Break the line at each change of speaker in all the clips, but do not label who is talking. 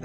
ไ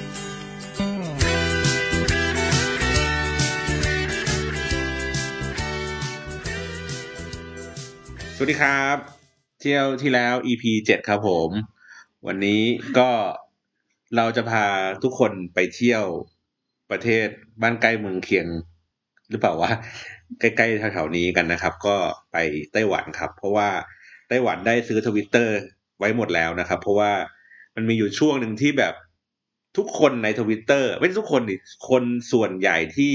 สวัสดีครับ เที่ยวที่แล้ว EP เจ็ดครับผม วันนี้ก็เราจะพาทุกคนไปเที่ยวประเทศบ้านใกล้เมืองเคียง หรือเปล่าวะ ใกล้ๆแถวๆนี้กันนะครับ ก็ไปไต้หวันครับ เพราะว่าไต้หวันได้ซื้อทวิตเตอร์ไว้หมดแล้วนะครับ เพราะว่ามันมีอยู่ช่วงหนึ่งที่แบบทุกคนในทวิตเตอร์ไม่ใช่ทุกคนดิคนส่วนใหญ่ที่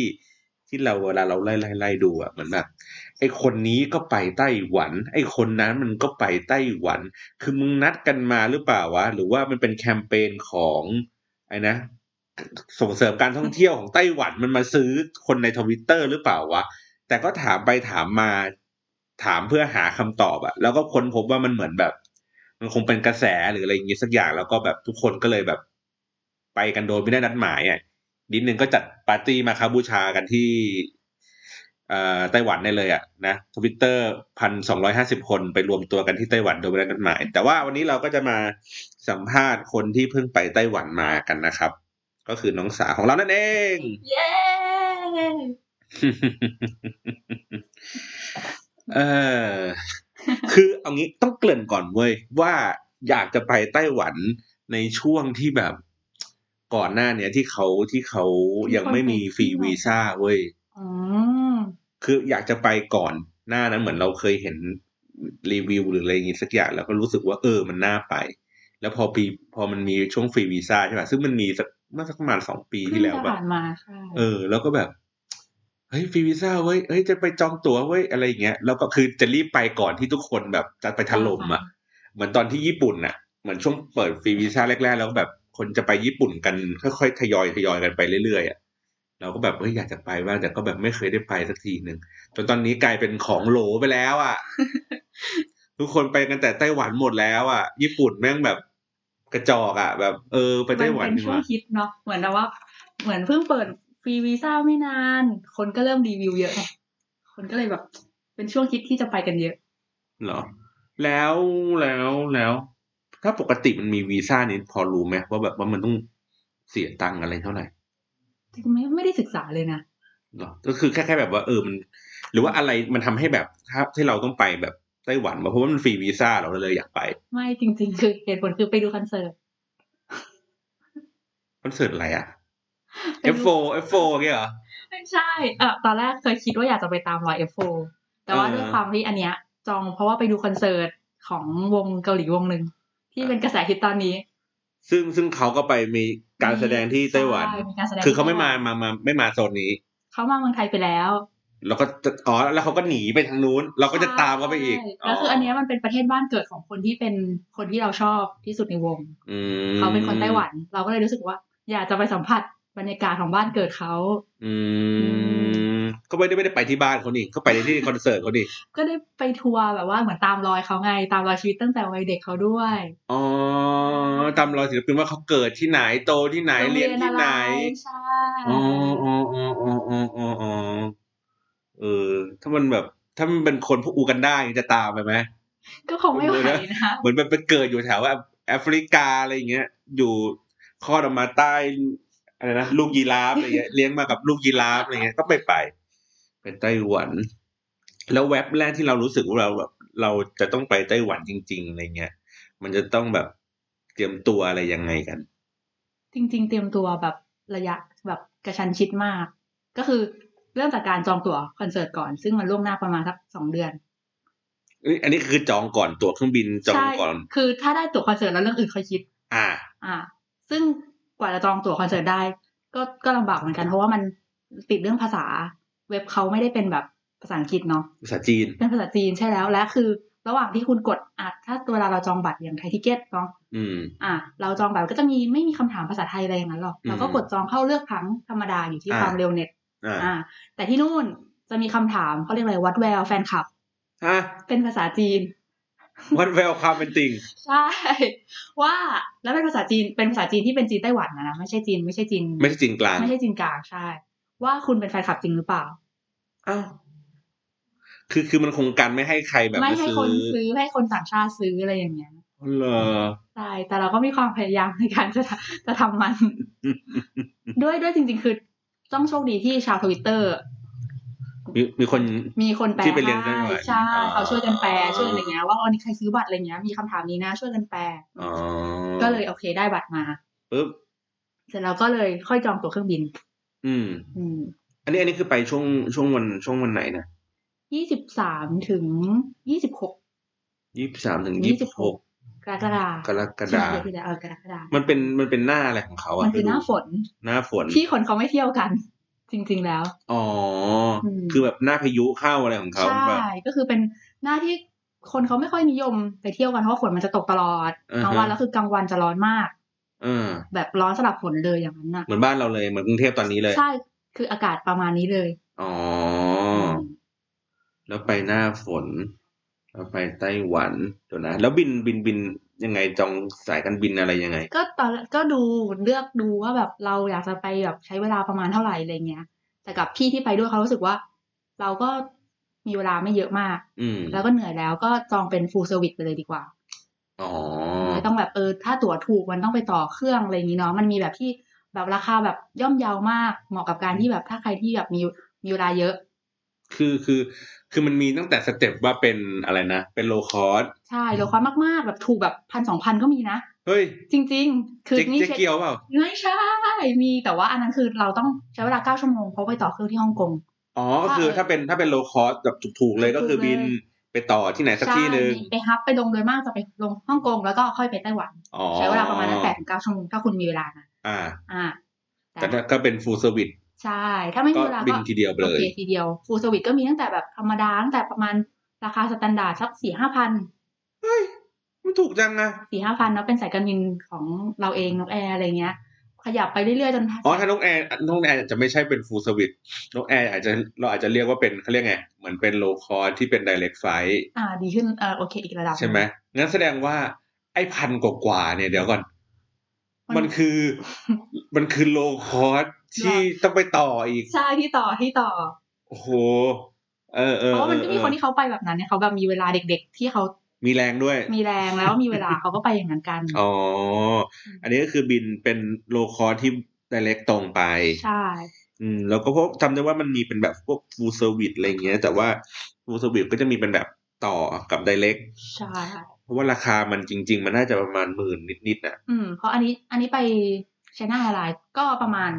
ที่เราเวลาเราไล่ไล่ไล่ดูอะเหมือนแบบ ไอคนนี้ก็ไปไต้หวัน ไอคนนั้นมันก็ไปไต้หวัน คือมึงนัดกันมาหรือเปล่าวะ หรือว่ามันเป็นแคมเปญของไอ้นะ ส่งเสริมการท่องเที่ยวของไต้หวันมันมาซื้อคนในทวิตเตอร์หรือเปล่าวะ แต่ก็ถามไปถามมาถามเพื่อหาคำตอบอะแล้วก็ค้นพบว่ามันเหมือนแบบ มันคงเป็นกระแสหรืออะไรอย่างงี้สักอย่างแล้วก็แบบทุกคนก็เลยแบบ ไปกันโดยไม่ได้นัดหมายอะนิดนึงก็จัดปาร์ตี้มาคาบูชากันที่ เอ่อไต้หวันได้เลยอ่ะนะทวิตเตอร์พันสองร้อยห้าสิบคนไปรวมตัวกันที่ไต้หวันโดยไม่ได้นัดหมาย แต่ว่าวันนี้เราก็จะมาสัมภาษณ์คนที่เพิ่งไปไต้หวันมากันนะครับ ก็คือน้องสาวของเรานั่นเอง
เย้
เออ คือเอางี้ต้องเกริ่นก่อนเว้ยว่าอยากจะไปไต้หวันในช่วงที่แบบก่อนหน้าเนี้ยที่เขาที่เขายังไม่มีฟรีวีซ่าเว้ย
อืม
คืออยากจะไปก่อนหน้านั้นเหมือนเราเคยเห็นรีวิวหรืออะไรอย่างงี้สักอย่างแล้วก็รู้สึกว่าเออมันน่าไป แล้วพอปีพอมันมีช่วงฟรีวีซ่าใช่ป่ะซึ่งมันมีสักเมื่อสักประมาณสองปีที่แล้ว
เพิ่งจะ
ป่ะ
ผ่านมาใช่
เออ แล้วก็แบบเฮ้ยฟรีวีซ่าเว้ยเฮ้ยจะไปจองตั๋วเว้ยอะไรอย่างเงี้ยแล้วก็คือจะรีบไปก่อนที่ทุกคนแบบจะไปถล่มอ่ะ เหมือนตอนที่ญี่ปุ่นน่ะ เหมือนช่วงเปิดฟรีวีซ่าแรก ๆ แล้วแบบคนจะไปญี่ปุ่นกันค่อยๆทยอยทยอยกันไปเรื่อยๆอ่ะเราก็แบบเอ้ยอยากจะไปบ้างแต่ก็แบบไม่เคยได้ไปสักทีหนึ่งจนตอนนี้กลายเป็นของโหลไปแล้วอ่ะ ทุกคนไปกันแต่ไต้หวันหมดแล้วอ่ะ ญี่ปุ่นแม่งแบบกระจอกอ่ะ แบบ เออ ไปไต้หวัน
มัเป็น
ดีก
ช่วง
ว่า
ฮิตเนาะเหมือนแบบว่า เหมือนเพิ่งเปิดฟรีวีซ่าไม่นาน คนก็เริ่มรีวิวเยอะไงคนก็เลยแบบ เป็นช่วงฮิตที่จะไปกันเยอะ
เหรอ แล้วแล้วแล้ว ถ้าปกติมันมีวีซ่านี้พอรู้ไหมว่าแบบว่ามันต้องเสียตังค์อะไรเท่าไหร่
แต่ไม่ไม่ได้ศึกษาเลยนะ
เหรอก็คือแค่แค่แบบว่าเออมัน หรือว่าอะไรมันทำให้แบบถ้าที่เราต้องไปแบบไต้หวันวะเพราะว่ามันฟรีวีซ่าเราเลยอยากไป
ไม่จริง ๆ คือเหตุผลคือไปดูคอนเสิร์ต
คอนเสิร์ตอะไรอะ
ไปดู
F4 F4 เงี้ยเหรอ
ไม่ใช่เออตอนแรกเคยคิดว่าอยากจะไปตามรอยเอฟโฟแต่ว่า
เออ
ด้วยความที่อันเนี้ย จองเพราะว่าไปดูคอนเสิร์ตของวงเกาหลีวงหนึ่งที่
เออ
เป็นกระแสฮิตตอนนี้
ซึ่งซึ่งเขาก็ไปมีการแสดงที่ไต้หวัน
ใช่มีการแสดง
คือเขาไม่
ที่
มา
ไต้หวัน
มามาไม่มาโซนนี้
เขามาเมืองไทยไปแล้ว
แล้วก็จะอ๋อแล้วเขาก็หนีไปทางนู้น เราก็จะตามเขาไปอีก
ใช่แล้วคืออันเนี้ยมันเป็นประเทศบ้านเกิดของคนที่เป็นคนที่เราชอบที่สุดในวง
อืม
เขาเป็นคนไต้หวัน เราก็เลยรู้สึกว่า อยากจะไปสัมผัสบรรยากาศของบ้านเกิดเขา
อื
อื
มก็ไม่ได้ไม่ได้ไปที่บ้านเขานี่ก็ไปที่คอนเสิร์ตเขาดิ
ก็ได้ไปทัวร์แบบว่าเหมือนตามรอยเขาไง ตามรอยชีวิตตั้งแต่วัยเด็กเขาด้วย
อ๋อตามรอยศิลปินว่าเขาเกิดที่ไหนโตที่ไหนเรียนที่ไหน
โรงเรียอะรใช่
อ๋ออ๋ออ๋ออ๋ออ๋ออ๋ออ๋อเออ ถ้ามันแบบ ถ้ามันเป็นคนพวกอูกันได้จะตามไปไหม
ก็คงไม่ไหวนะ
เหมือนมันไปเกิดอยู่แถวแบบแอฟริกาอะไรอย่างเงี้ย อยู่คลอดออกมาใต้อะไรนะลูกยีราฟอะไรเงี้ย เลี้ยงมากับลูกยีราฟอะไรเงี้ย ก็ไปไปไปไต้หวัน แล้วแว็บแรกที่เรารู้สึกว่าเราแบบเราจะต้องไปไต้หวันจริง ๆอะไรเงี้ย มันจะต้องแบบเตรียมตัวอะไรยังไงกัน
จริง ๆ เตรียมตัวแบบระยะแบบกระชันชิดมาก ก็คือเริ่มจากการจองตั๋วคอนเสิร์ตก่อน ซึ่งมันล่วงหน้าประมาณสักสองเดือน
เอ้ยอันนี้คือจองก่อนตั๋วเครื่องบินจอง
ใช่
ก่อน
คือถ้าได้ตั๋วคอนเสิร์ตแล้วเรื่องอื่นค่อยคิด
อ่า
อ่า ซึ่งกว่าจะจองตั๋วคอนเสิร์ตได้ ก็ก็ลำบากเหมือนกัน เพราะว่ามันติดเรื่องภาษา เว็บเขาไม่ได้เป็นแบบภาษาอังกฤษเนาะ
ภาษาจีน
เป็นภาษาจีนใช่แล้ว และคือระหว่างที่คุณกดอ่ะถ้าเวลาเราจองบัตรอย่างไทยทิเก็ตเนาะ
อืม
อ่ะเราจองบัตรก็จะมีไม่มีคำถามภาษาไทยอะไรอย่างนั้นหรอก เราก็กดจองเข้าเลือกครั้งธรรมดาอยู่ที่
อ่า
ความเร็วเน็ต
อ่า
อ่า แต่ที่นู่นจะมีคำถามเขาเรียกอะไรวัดแววแฟนคลับ
อ่ะ
เป็นภาษาจีน
วัดแววความเป็นจริง
ใช่ ว่าแล้วเป็นภาษาจีนเป็นภาษาจีนที่เป็นจีนไต้หวันนะนะไม่ใช่จีนไม่ใช่จีน
ไม่ใช่จริงกลาง
ไม่ใช่จีนกลางใช่ ว่าคุณเป็นแฟนคลับจริงหรือเปล่า
อ้าวคือคือมันคงกันไม่ให้ใครแบบ
ไม่
มา
ให้
ซื้อ
คนซื้อให้คนต่างชาติซื้ออะไรอย่างเงี้ย
เหรอ
ใช่แต่เราก็มีความพยายามในการจะท ำจะทำมัน ด้วยด้วยจริง ๆ คือต้องโชคดีที่ชาวทวิตเตอร์
มีมีคน
มีคนแปล
ที่ไปเรียนไต้หวัน
ให้ใช่
อ่า
เขาช่วยกันแปลช่วยอะไรเงี้ยว่าวันนี้ใครซื้อบัตรอะไรเงี้ยมีคำถามนี้นะ ช่วยกันแปล
อ๋อ
ก็เลยโอเคได้บัตรมา
ปึ๊บ
เสร็จแล้วก็เลยค่อยจองตั๋วเครื่องบิน
อืม
อืม
อันนี้อันนี้คือไปช่วงช่วงวันช่วงวันไหนนะ
ยี่สิบสามถึงยี่สิบหก
ยี่สิบสามถึง
ยี่
ยี่
สิ
สิ
บบ ห
ห
ก
ก
กรกฎาก
รก
ใช่
ฎาคม
เดือนที่แล้วเออกรกฎา
มันเป็นมันเป็นหน้าอะไรของเขา
มั
อ่ะ
นคือหน้าฝน
หน้าฝน
ที่คนเขาไม่เที่ยวกัน จริง ๆแล้ว
อ๋ออ
ม
คือแบบหน้าพายุเข้าอะไรของเขา
ใช่
แบบ
ก็คือเป็นหน้าที่คนเขาไม่ค่อยนิยมไปเที่ยวกันเพราะว่าฝนมันจะตกตลอด
อ่าฮะ
กลางวันแล้วคือกลางวันจะร้อนมาก
เออ
แบบร้อนสลับฝนเลยอย่างนั้นน่ะ
เหมือนบ้านเราเลยเหมือนกรุงเทพตอนนี้เลย
ใช่คืออากาศประมาณนี้เลย
อ๋อ
ม
แล้วไปหน้าฝน แล้วไปไต้หวันเดี๋ยวนะแล้วบินบินบินยังไงจองสายการบินอะไรยังไง
ก็ตอนก็ดูเลือกดูว่าแบบเราอยากจะไปแบบใช้เวลาประมาณเท่าไหร่อะไรเงี้ย แต่กับพี่ที่ไปด้วยเขารู้สึกว่า เราก็มีเวลาไม่เยอะมาก
อืม
แล้วก็เหนื่อยแล้วก็จองเป็น full service ไปเลยดีกว่า
อ๋อ
ไม่ต้องแบบเออถ้าตั๋วถูกมันต้องไปต่อเครื่องอะไรอย่างนี้เนาะมันมีแบบที่แบบราคาแบบย่อมเยาวมากเหมาะกับการที่แบบถ้าใครที่แบบมีมีเวลาเยอะ
คือคือ คือมันมีตั้งแต่สเต็ปว่าเป็นอะไรนะเป็นโลคอส
ใช่แล้วความมากๆแบบถูกแบบพันสองพันก็มีนะ
เฮ้ย
จริง ๆ คือ
เจ๊
นี่
เจ๊
เช็ค
เกียวเปล่า
ไม่ใช่ มีแต่ว่าอันนั้นคือเราต้องใช้เวลาเก้าชั่วโมงเพราะไปต่อเครื่องที่ฮ่องกง
อ๋อ ก็คือ
ใช่
ถ้าเป็นถ้าเป็นโลคอสแบบถูกๆเลยก็คือ
ถูกๆเลย
บินไปต่อที่ไหนสักที่หนึ่ง
ใช่มีไปฮับไปลงโดยมากจะไปลงฮ่องกงแล้วก็ค่อยไปไต้หวัน
อ๋อ
ใช้เวลาประมาณนั้นแปดถึงเก้าชั่วโมงถ้าคุณมีเวลานะ
อ่า
อ่า
แต่ถ้าก็เป็นฟูลเซอร์วิส
ใช่ ถ้าไม่
ก็
มีเวลา
บิ
ก็
นทีเดียวไปเล
โอย เคทีเดียวฟูลสวิตก็มีตั้งแต่แบบธรรมดาตั้งแต่ประมาณราคาสแตนดาร์ดสักสี่ห้าพัน
เฮ้ย มันถูกจังนะ
สี่ห้าพันเนาะเป็นสายการบินของเราเองนกแอร์อะไรเงี้ย ขยับไปเรื่อยๆจน
อ๋อ ถ้านกแอร์นกแอร์อาจจะไม่ใช่เป็นฟูลเซอร์วิสนกแอร์อาจจะเราอาจจะเรียกว่าเป็นเขาเรียกไง เหมือนเป็นโลคอสที่เป็น direct flight
อ่าดีขึ้นเออโอเคอีกระดับนึ่ง
ใช่ไหมงั้นแสดงว่าไอ้พันกว่าๆเนี่ยเดี๋ยวก่อน
มั
มัน
น
คือ มันคือโลคอสที่ต้องไปต่ออีก
ใช่ที่ต่อที่ต่อ
โอ้โห เออเออ
เพราะว่ามันก็มี
เออ
คนที่เขาไปแบบนั้นเนี่ยเขาแบบมีเวลาเด็กๆ ที่เขา
มีแรงด้วย
มีแรงแล้วมีเวลา เขาก็ไปอย่างนั้นกัน
อ๋อ อันนี้ก็คือบินเป็นโลคอที่ direct ตรงไป
ใช่
อืม แล้วก็พบจำได้ว่ามันมีเป็นแบบพวก full service อะไรอย่างเงี้ย แต่ว่า full service ก็จะมีเป็นแบบต่อกับ direct
ใช่
เพราะว่าราคามันจริง ๆ มันน่าจะประมาณหมื่นนิดๆน่ะ
อืมเพราะอันนี้อันนี้ไปชนะอะไรก็ประมาณ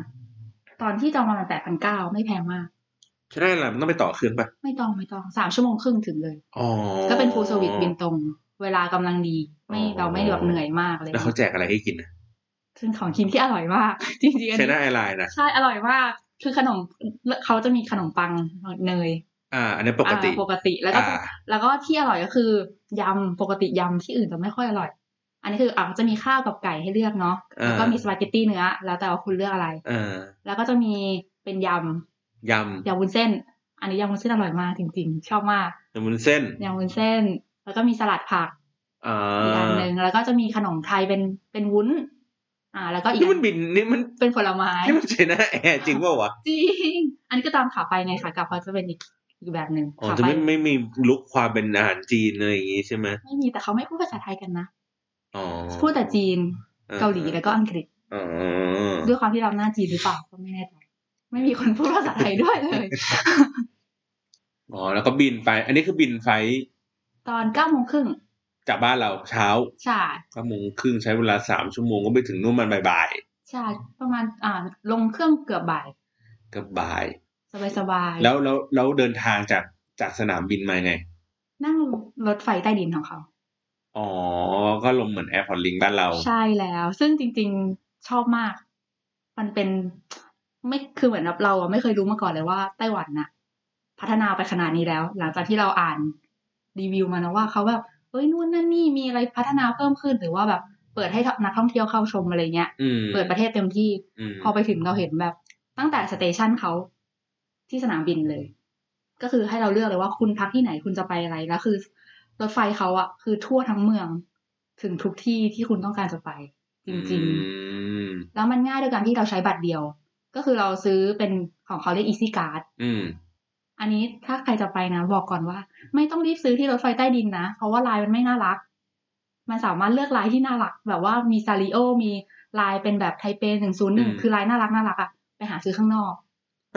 ตอนที่จองประมาณแปดพันเก้าไม่แพงมาก
ใช่ไหมล่ะมันต้องไปต่อเครื่องป่ะ
ไม่ต้องไม่ต้องสามชั่วโมงครึ่งถึงเลย
อ๋อ
ก็เป็นฟูลสวิตบินตรง เวลากำลังดี ไม่
อ๋อ
เราไม่แบบเหนื่อยมาก เลย
แล้วเขาแจกอะไรให้กินนะ
ซึ่งของกินที่อร่อยมาก จริงๆอัน
ใช่
นี้
หน้าแอร์ไลน์นะ
ใช่อร่อยมากคือขนมเขาจะมีขนมปังเนย
อ่า อันนี้ปกติ
อ่าปกติแล้วก็
อ่า
แล้วก็ที่อร่อยก็คือยำปกติยำที่อื่นจะไม่ค่อยอร่อย อันนี้คืออ่ะจะมีข้าวกับไก่ให้เลือกเนาะแล้วก็มีสปาเกตตี้เนื้อ แล้วแต่ว่าคุณเลือกอะไร
เออ
แล้วก็จะมีเป็นย
ย
ำยำวุ้นเส้น อันนี้ยำวุ้นเส้นอร่อยมากจริง ๆ ชอบมา
ำ
ก
ยำวุ้นเส้น
ยำวุ้นเส้น แล้วก็มีสลัดผัก
อ่า
อีกอันหนึ่งแล้วก็จะมีขนมไทยเป็นเป็นวุ้น อ่า แล้วก็อีก
นี่
อั
มัน
น
บินนี่มัน
เป็นผลไม้
นี่มันใช่หน้าแอร์จริงเปล่าวะ
จริง อันนี้ก็ตามขาไปไงขากลับเขาจะเป็นอีกอีกแบบหนึ่ง
อ๋อ
ขา
จะ
ไป
ไม่ไม่มีลุกความเป็นอาหารจีนอะไรอย่างงี้ใช่ไหม
ไม่มีแต่เขาไม่พูดภาษาไทยกันนะ
อ๋อ
พูดแต่จีน
ออ
เกาหลีแล้วก็อังกฤษ
อ๋อ
ด้วยความที่เราหน้าจีนหรือเปล่าก็ไม่แน่ใจไม่มีคนพูดภาษาไทยด้วยเลย
อ๋อแล้วก็บินไป อันนี้คือบินไฟล์
ตอนเก้าโมงครึ่ง
จากบ้านเราเช้า
ใช่
เก้าโมงครึ่งใช้เวลาสามชั่วโมงก็ไปถึงนู่นมันบ่าย
ใช่ประมาณอ่า ลงเครื่องเกือบบ่าย
ๆกับบ่าย
สบายสบายๆ
แล้วแล้วแล้วเดินทางจากจากสนามบินมาไง
นั่งรถไฟใต้ดินของเขา
อ๋อ ก็ลงเหมือนแอร์พอร์ตลิงบ้านเรา
ใช่แล้ว ซึ่งจริงๆชอบมาก มันเป็นไม่คือเหมือนแบบเราอะไม่เคยรู้มาก่อนเลยว่าไต้หวันน่ะ พัฒนาไปขนาดนี้แล้ว หลังจากที่เราอ่านรีวิวมานะว่าเขาแบบเอ้ยนู่นนั่นนี่มีอะไรพัฒนาเพิ่มขึ้นหรือว่าแบบเปิดให้นักท่องเที่ยวเข้าชมอะไรเงี้ย
อืม
เปิดประเทศเต็มที่
อืม
พอไปถึงเราเห็นแบบตั้งแต่สเตชันเขา ที่สนามบินเลย ก็คือให้เราเลือกเลยว่าคุณพักที่ไหนคุณจะไปอะไรแล้วคือรถไฟเขาอะคือทั่วทั้งเมืองถึงทุกที่ที่คุณต้องการจะไป จริง
อืม
ๆแล้วมันง่ายด้วยการที่เราใช้บัตรเดียว ก็คือเราซื้อเป็นของเขาเรียก easy card
อืม
อันนี้ถ้าใครจะไปนะ บอกก่อนว่า ไม่ต้องรีบซื้อที่รถไฟใต้ดินนะ เพราะว่าลายมันไม่น่ารัก มันสามารถเลือกลายที่น่ารัก แบบว่ามีซาริโอ มีลายเป็นแบบไทเปหนึ่งศูนย์ห
อื
นึ่ง
ม
คือลายน่ารักน่ารักอะไปหาซื้อข้างนอก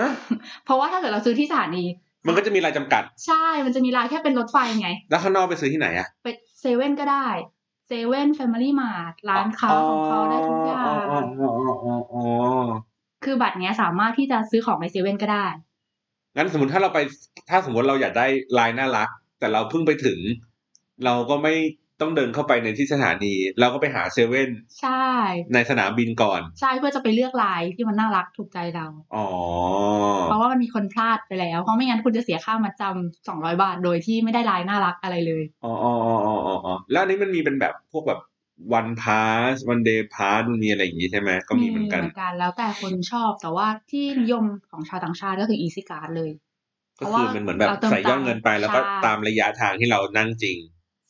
ฮะ
เพราะว่าถ้าเกิดเราซื้อที่สถานี
มันก็จะมีรายจำกัด
ใช่มันจะมีลายแค่เป็นรถไฟไง
แล้วข้างนอกไปซื้อที่ไหนอะ
ไปเซเว่นก็ได้เซเว่นแฟมิลี่มาร์ทร้านค้าของเขาได้ทุกอย่าง
อ๋ออ๋ออ๋ออ๋ออ๋อ
คือบัตรเนี้ยสามารถที่จะซื้อของในเซเว่นก็ได้
งั้นสมมติถ้าเราไป ถ้าสมมติเราอยากได้ลายน่ารัก แต่เราเพิ่งไปถึง เราก็ไม่ต้องเดินเข้าไปในที่สถานี เราก็ไปหาเซเว่น
ใช่
ในสนามบินก่อน
ใช่เพื่อจะไปเลือกลายที่มันน่ารักถูกใจเรา
อ๋อ
เพราะว่ามันมีคนพลาดไปแล้ว เพราะไม่งั้นคุณจะเสียค่ามาจำสองร้อยบาท โดยที่ไม่ได้ลายน่ารักอะไรเลย
อ๋ออ๋ออ๋ออ๋ออ๋ออ๋อแล้วอันนี้มันมีเป็นแบบพวกแบบวันพาสวันเดย์พาสมันมีอะไรอย่างงี้ใช่ไหมก็มีเหมือนกัน
เหมือนกันแล้วแต่คนชอบ แต่ว่าที่นิยมของชาวต่างชาติก็คือ easy card เลย
ก็คือมันเหมือนแบบ
เราเติม
ใส่ยอดเงินไป
ตังค์
แล้วก็
ใช่
ตามระยะทางที่เรานั่งจริง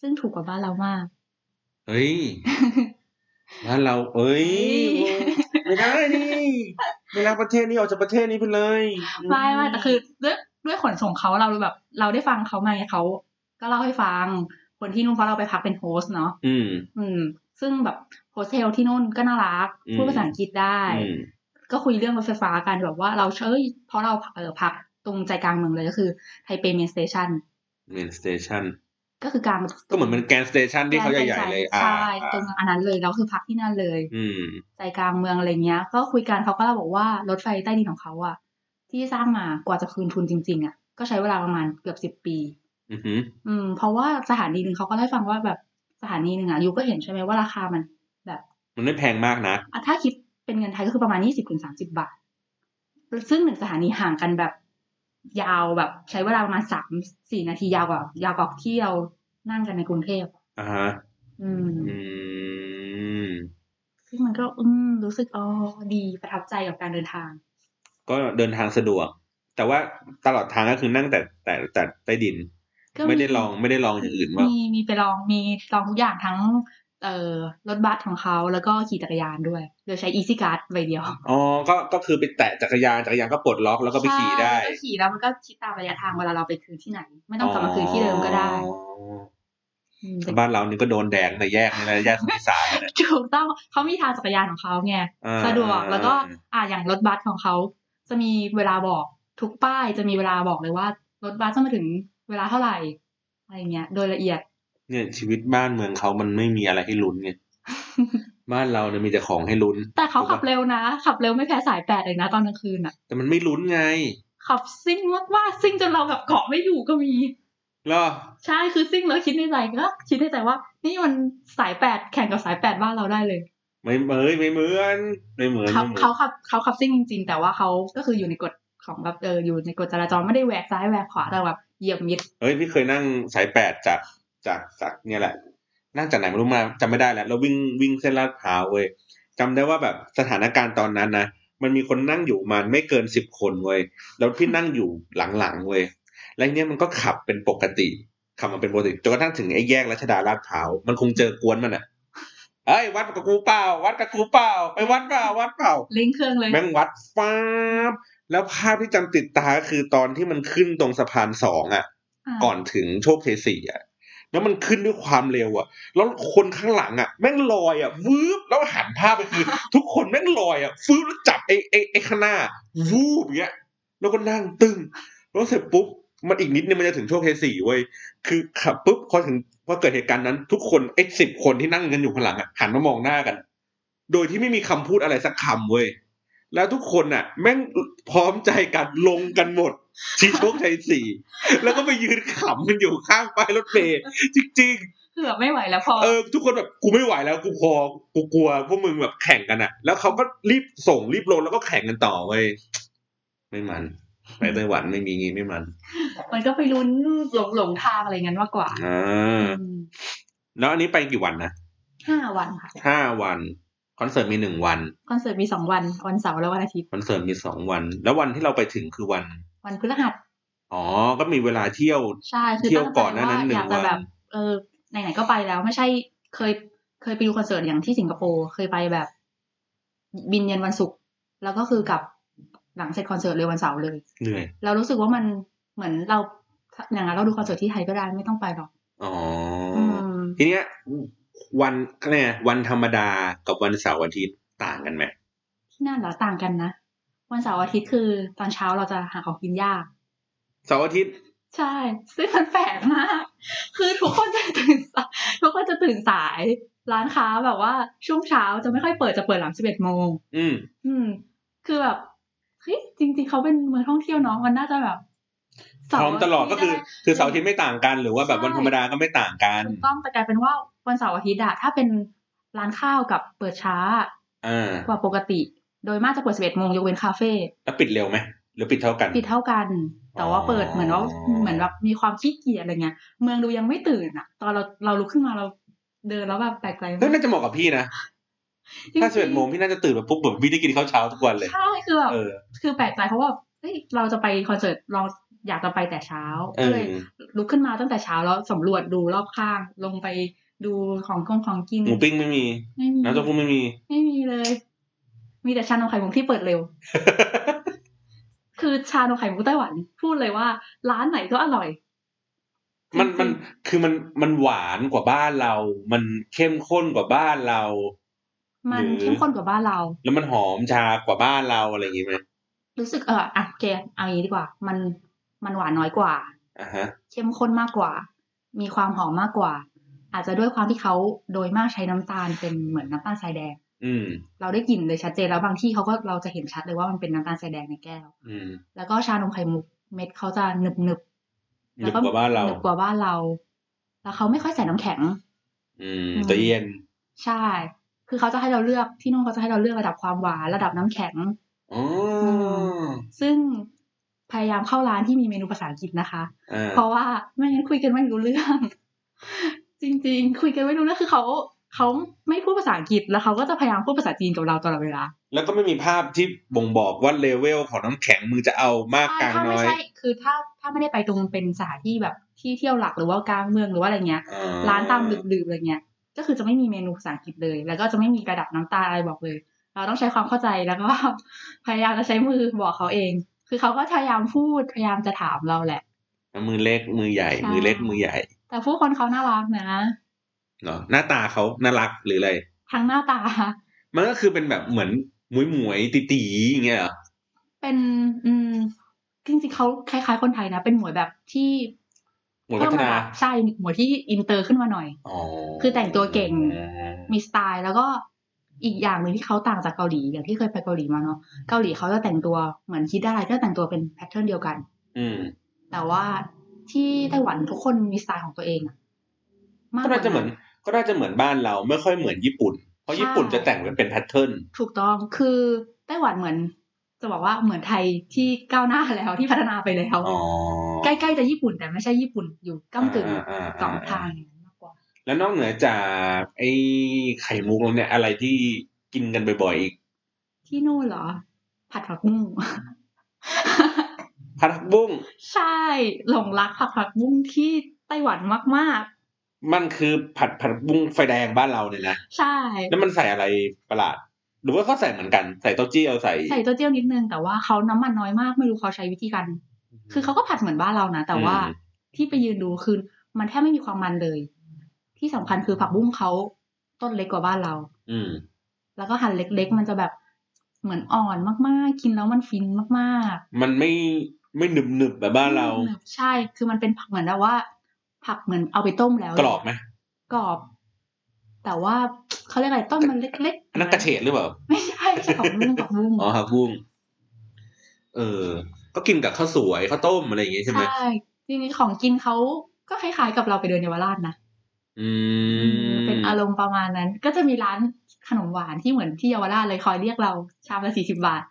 ซึ่งถูกกว่าบ้านเรามาก
เฮ้ย บ้านเรา เอ้ย
เฮ้ย
ไม่ได้นี่ไม่รักประเทศนี้ออกจากประเทศนี้ไปเลย
ไม่ไม่แต่คือด้วยด้วยขนส่งเขาเราแบบ เราได้ฟังเขามาไงเขาก็เล่าให้ฟัง คนที่นู่นเพราะเราไปพักเป็นโฮสต์เนาะ
อืม
อืม ซึ่งแบบโฮสเทลที่นู่นก็น่ารัก
อืม
พูดภาษาอังกฤษได้
อืม
ก็คุยเรื่องรถไฟฟ้ากันแบบว่าเราเชยเพราะเราเออพักตรงใจกลางเมืองเลยก็คือไทเปเมนสเตชัน
เมนสเตชัน
ก็คือกลาง
ก็เหมือนเป็นแกนสเตชันที่เขาใหญ่ๆเลย อ่า
ใช่ตรงอันนั้นเลยเราคือพักที่นั่นเลย
อืม
ใจกลางเมืองอะไรเงี้ย ก็คุยกันเขาก็เล่าบอกว่ารถไฟใต้ดินของเขาอะที่สร้างมากว่าจะคืนทุนจริงๆอะก็ใช้เวลาประมาณเกือบสิบ10 ปี
อือหือ
อืม เพราะว่าสถานีหนึ่งเขาก็เล่าให้ฟังว่าแบบสถานีหนึ่งอะยูก็เห็นใช่ไหมว่าราคามันแบบ
มันไม่แพงมากนะ
อ่ะถ้าคิดเป็นเงินไทยก็คือประมาณยี่สิบถึงสามสิบาท ซึ่งหนึ่งสถานีห่างกันแบบ ยาวแบบใช้เวลาประมาณสามสี่นาทียาวกว่ายาวกว่าที่เรานั่งกันในกรุงเทพ
อ่าฮะ
อืม
อืม
ซึ่งมันก็อืมรู้สึกอ๋อดีประทับใจกับการเดินทาง
ก็เดินทางสะดวก แต่ว่าตลอดทางก็คือนั่งแต่แต่แต่ใต้ดิน
ก็
ไม่ได้ลองไม่ได้ลองอย่างอื่นว่า
มีมีไปลองมีลองทุกอย่างทั้ง เอ่อรถบัสของเขาแล้วก็ขี่จักรยานด้วยโดยใช้ easy card ใบเดียว
อ๋อก็ก็คือไปแตะจักรยานจักรยานก็ปลดล็อกแล้วก็ไปขี่ได้
ใช่แล้วก็ขี่แล้วมันก็คิดตามระยะทางเวลาเราไปคืนที่ไหน ไม่ต้องกลับมาคืนที่เดิมก็ได้อืม
อ๋อบ้านเรานี่ก็โดนแดงในแยกนี่แหละแยกสุนิสานเนี่ย
ถูกต้องเขามีทางจักรยานของเขาไง
อ่า
สะดวก
อ่า
แล้วก็อ่าอย่างรถบัสของเขาจะมีเวลาบอกทุกป้ายจะมีเวลาบอกเลยว่ารถบัสจะมาถึงเวลาเท่าไหร่อะไรเงี้ยโดย ละเอียด
เนี่ยชีวิตบ้านเมืองเขามันไม่มีอะไรให้ลุ้นไง บ้านเราเนี่ยมีแต่ของให้ลุ้น
แต่เขาขับ
ถูกปะ
เร็วนะ ขับเร็วไม่แพ้สายแปดเลยนะตอนกลางคืนอะ
แต่มันไม่ลุ้นไง
ขับซิ่งมากๆซิ่งจนเราแบบเกาะไม่อยู่ก็มี
เหรอ
ใช่คือซิ่งแล้วคิดในใจก็คิดในใจว่า นี่มันสายแปดแข่งกับสายแปดบ้านเราได้เลย
ไม่เหมือนไม่เหมือนไม่เหมือน
เขา
ไม่หมือน
เขาขับเขาขับซิ่งจริงๆ แต่ว่าเขาก็คืออยู่ในกฎของแบบเอออยู่ในกฎจราจรไม่ได้แหวกซ้ายแหวกขวาแต่แบบเหยียบมิด
เฮ้ยพี่เคยนั่งสายแปดจากจากจากเนี่ยแหละ นั่งจากไหนไม่รู้มาจำไม่ได้แล้วแล้ววิ่งวิ่งเส้นลาดพร้าวเว้ยจำได้ว่าแบบสถานการณ์ตอนนั้นนะมันมีคนนั่งอยู่ประมันไม่เกินสิบคนเว้ยแล้วพี่นั่งอยู่หลังๆเว้ย แล้วทีเนี้ยมันก็ขับเป็นปกติ ขับมาเป็นปกติจนกระทั่งถึงไอ้แยกรัชดาลาดพร้าวมันคงเจอกวนมันอ่ะเอ้ยวัดกับกูเปล่า วัดกับกูเปล่าไปวัดเปล่าวัดเปล่า
เล่งเครื่องเลย
แม่งวัดฟ้าบแล้วภาพที่จำติดตาก็คือตอนที่มันขึ้นตรงสะพานสองอ่ะ
า
ก่อนถึงโชคชัยสี่อ่ะแล้วมันขึ้นด้วยความเร็วอ่ะ แล้วคนข้างหลังอ่ะ แม่งลอยอ่ะวืบแล้วหันภาพไป คือ ทุกคนแม่งลอยอ่ะฟื้บแล้วจับไอ้ไอ้ไอ้ข้างหน้าวูบอย่างเงี้ย แล้วก็นั่งตึงแล้วเสร็จปุ๊บมันอีกนิดเนี่ยมันจะถึงโชคชัยสี่เว้ยคือขับปุ๊บพอถึงพอเกิดเหตุการณ์นั้น ทุกคนไอ้สิบคนที่นั่งกันอยู่ข้างหลังอ่ะหันมามองหน้ากัน โดยที่ไม่มีคำพูดอะไรสักคำเว้ยแล้วทุกคนอ่ะ แม่งพร้อมใจกันลงกันหมด ที่โชคชัยสี่ แล้วก็ไปยืนขำมันอยู่ข้างป้ายรถเมล์จริง
คือแบบไม่ไหวแล้วพอ
ๆ เออ ทุกคนแบบกูไม่ไหวแล้วกูพอกูกลัวพวกมึงแบบแข่งกันอะแล้วเขาก็รีบส่งรีบลงแล้วก็แข่งกันต่อเว้ยไม่มันไปไต้หวันไม่มีงี้ไม่มัน
มันก็ไปลุ้นหลงหลงทางอะไรงั้นมากกว่า
อ่า
อืม
แล้วอันนี้ไปกี่วันนะ
ห้าวันค่ะ
ห้าวัน คอนเสิร์ตมีหนึ่งวัน
คอนเสิร์ตมีสองวันวันเสาร์และวันอาทิตย์
คอนเสิร์ตมีสองวัน แล้ววันที่เราไปถึงคือวัน
วันพฤหัส
อ๋อ ก็มีเวลาเที่ยว
ใช่คือ
เที่ยว
ตั้งใจ
ก่อนหน้านั้นหนึ่
องยากจะ
วัน
แบบเออไหนๆก็ไปแล้ว ไม่ใช่เคยเคยไปดูคอนเสิร์ตอย่างที่สิงคโปร์เคยไปแบบ บินเย็นวันศุกร์แล้วก็คือกลับหลังเสร็จคอนเสิร์ตเลยวันเสาร์เลย
เหนื่อย
เรารู้สึกว่ามันเหมือนเราอย่างนั้นเราดูคอนเสิร์ตที่ไทยก็ได้ไม่ต้องไปหรอก
อ๋อ
อื
อ
ม
ทีเนี้ยวันเนี่ยวันธรรมดากับวันเสาร์อาทิตย์ต่างกันไหม
ที่นั่นเหรอต่างกันนะ วันเสาร์อาทิตย์คือตอนเช้าเราจะหาของกินยาก
เสาร์อาทิตย์
ใช่ ซึ่งมันแปลกมาก คือทุกคนจะตื่นสายทุกคนจะตื่นสาย ร้านค้าแบบว่าช่วงเช้าจะไม่ค่อยเปิดจะเปิดหลังสิบเอ็ดโมง
อืม
อืม คือแบบเฮ้ยจริง ๆเขาเป็นเมืองท่องเที่ยวเน้องมันน่าจะแบบ
พร้อมตลอดก็คือ
ได้
คือเสาร์อาทิตย์ไม่ต่างกัน หรือว่าแบบวัน
ใช่
ธรรมดาก็ไม่ต่างกัน
ถูกต้องแต่กลายเป็นว่าวันเสาร์อาทิตย์อะถ้าเป็นร้านข้าวกับเปิดช้า
อ่าก
ว่าปกติ โดยมากจะเปิดสิบเอ็ดโมงยกเว้นคาเฟ่
แล้วปิดเร็วไหมหรือปิดเท่ากัน
ปิดเท่ากัน แต่ว่า
อ๋อ
เปิดเหมือนว่าเหมือนแบบมีความขี้เกียจอะไรเงี้ย เมืองดูยังไม่ตื่นอ่ะ ตอนเราเราลุกขึ้นมาเราเดินแล้วแบบแปลกใจ
เฮ้ยน่าจะเหมาะกับพี่นะ
จริงๆ
ถ้าสิบเอ็ดโมงพี่น่าจะตื่นมาปุ๊บแบบพี่ได้กินข้าวเช้าทุกวันเลย
ใช่คือแบบ
เออ
คือแปลกใจเพราะว่าเฮ้ยเราจะไปคอนเสิร์ตเราอยากจะไปแต่เช้า
เอ
ก็
อ
เลยลุกขึ้นมาตั้งแต่เช้าแล้วสำรวจดูรอบข้าง ลงไปดูของกงของกิน
หมูปิ้งไม่มี
ไม่มี
น้ำเต้าหู้ไม่มี
ไม่มีเลย มีแต่ชานมไข่มุกที่เปิดเร็ว คือชานมไข่มุกไต้หวัน พูดเลยว่า ร้านไหนก็อร่อย
มัน
จ
มั
ริงๆ
นคือมันมันหวานกว่าบ้านเรา มันเข้มข้นกว่าบ้านเรา
มัน
หรือ
เข้มข้นกว่าบ้านเรา
แล้วมันหอมชากว่าบ้านเราอะไรอย่างงี้ไหม
รู้สึกเอออ่ะโอเคเอาอย่างนี้ดีกว่า มันมันหวานน้อยกว่า
อ่ะฮะ
เข้มข้นมากกว่า มีความหอมมากกว่า อาจจะด้วยความที่เขาโดยมากใช้น้ำตาลเป็นเหมือนน้ำตาลทรายแดง
อืม
เราได้กลิ่นเลยชัดเจนแล้วบางที่เขาก็เราจะเห็นชัดเลยว่ามันเป็นน้ำตาลทรายแดงในแก้ว
อืม
แล้วก็ชานมไข่มุกเม็ดเขาจะหนึบหนึบ
หนึบกว่าบ้านเรา
หนึบกว่าบ้านเรา แล้วเขาไม่ค่อยใส่น้ำแข็ง
อืมแต่เย็น
ใช่ คือเขาจะให้เราเลือกที่นู่นเขาจะให้เราเลือกระดับความหวานระดับน้ำแข็ง
อ๋ออ
ซึ่งพยายามเข้าร้านที่มีเมนูภาษาอังกฤษนะคะ
อ่า
เพราะว่าไม่งั้นคุยกันไม่รู้เรื่อง จริง ๆ คุยกันไม่รู้เรื่องคือเขาเขาไม่พูดภาษาอังกฤษแล้วเขาก็จะพยายามพูดภาษาจีนกับเราตลอดเวลา
แล้วก็ไม่มีภาพที่บ่งบอกว่าเลเวลของน้ำแข็งมึงจะเอามากกลาง
ถ้า
น้
ไม่
อย
ใช่คือถ้าถ้าไม่ได้ไปตรงเป็นสถานที่แบบที่เที่ยวหลักหรือว่ากลางเมืองหรือว่าอะไรเงี้ย
อ่
ร้านตามดึกๆอะไรเงี้ย ก็คือจะไม่มีเมนูภาษาอังกฤษเลย แล้วก็จะไม่มีกระดับน้ำตาลอะไรบอกเลย เราต้องใช้ความเข้าใจแล้วก็ พยายามจะใช้มือบอกเขาเอง คือเขาก็พยายามพูดพยายามจะถามเราแหละ
มือเล็กมือใหญ่
ใช่
มือเล็กมือใหญ่
แต่ผู้คนเขาน่ารักนะ
เหรอหน้าตาเขาน่ารักหรืออะไร
ทั้งหน้าตา
มันก็คือเป็นแบบเหมือนหมวยหมวยตีตีๆอย่างเงี้ยเหรอ
เป็นอืมจริงๆเขาคล้ายๆคนไทยนะ เป็นหมวยแบบที่
หมวยพัฒนา
เพิ่มระดับใช่หมวยที่อินเตอร์ขึ้นมาหน่อย
อ๋อ
คือแต่งตัวเก่ง มีสไตล์แล้วก็อีกอย่างหนึ่งที่เขาต่างจากเกาหลีอย่างที่เคยไปเกาหลีมาเนาะเกาหลีเขาจะแต่งตัวเหมือนคิดอะไรก็แต่งตัวเป็นแพทเทิร์นเดียวกัน
อืม
แต่ว่าที่ไต้หวันทุกคนมีสไตล์ของตัวเองอะ
ก็น่าจะเหมือนก็น่าจะเหมือนบ้านเราไม่ค่อยเหมือนญี่ปุ่น เพราะญี่ปุ่นจะแต่งเป็นแพทเทิร์น
ถูกต้องคือไต้หวันเหมือน จะบอกว่าเหมือนไทยที่ก้าวหน้าแล้วที่พัฒนาไปแล้ว
อ๋อ
ใกล้ๆจะญี่ปุ่นแต่ไม่ใช่ญี่ปุ่นอยู่ก้ากึ่ง
อ่าอ่าอ่า
สองทางอย่างนั้นมากกว่า
แล้วนอกเหนือจากไอ้ไข่มุกแล้วเนี่ยอะไรที่กินกันบ่อยๆอีก
ที่นู่นเหรอ ผัดผักบุ้ง
ผัดผักบุ้ง
ใช่หลงรักผัดผักบุ้งที่ไต้หวันมาก
มันคือผัดผัดบุ้งไฟแดงบ้านเราเนี่ยนะ
ๆ ใช่
แล้วมันใส่อะไรประหลาด หรือว่าเขาใส่เหมือนกัน ใส่เต้าเจี้ยวใส่
ใส่เต้าเจี้ยวนิดนึงแต่ว่าเขาน้ำมันน้อยมากไม่รู้เขาใช้วิธีการคือเขาก็ผัดเหมือนบ้านเรานะแต่ว่าที่ไปยืนดูคือมันแทบไม่มีความมันเลย ที่สำคัญคือผักบุ้งเขาต้นเล็กกว่าบ้านเรา
อืม
แล้วก็หั่นเล็ก ๆ มันจะแบบเหมือนอ่อนมากๆ กินแล้วมันฟินมากๆ
มันไม่ไม่หนึบหนึบๆแบบบ้านเรา
แบบใช่ คือมันเป็นผักเหมือนแบบว่า ผักเหมือนเอาไปต้มแล้ว
กรอบไหม
กรอบ แต่ว่าเขาเรียกอะไรต้นมันเล็ก
อันนั้นกระเฉดหรือเปล่า
ไม่ใช่ไม่ใช่ของลุงของลุง
อ๋อผักบุ้งเออ ก็กินกับข้าวสวยข้าวต้มอะไรอย่างงี้ใช่ไหม
ใช่จริงๆของกินเขาก็คล้ายๆกับเราไปเดินเยาวราชนะ
อืม
เป็นอารมณ์ประมาณนั้น ก็จะมีร้านขนมหวานที่เหมือนที่เยาวราชเลยคอยเรียกเราชามละสี่สิบบาท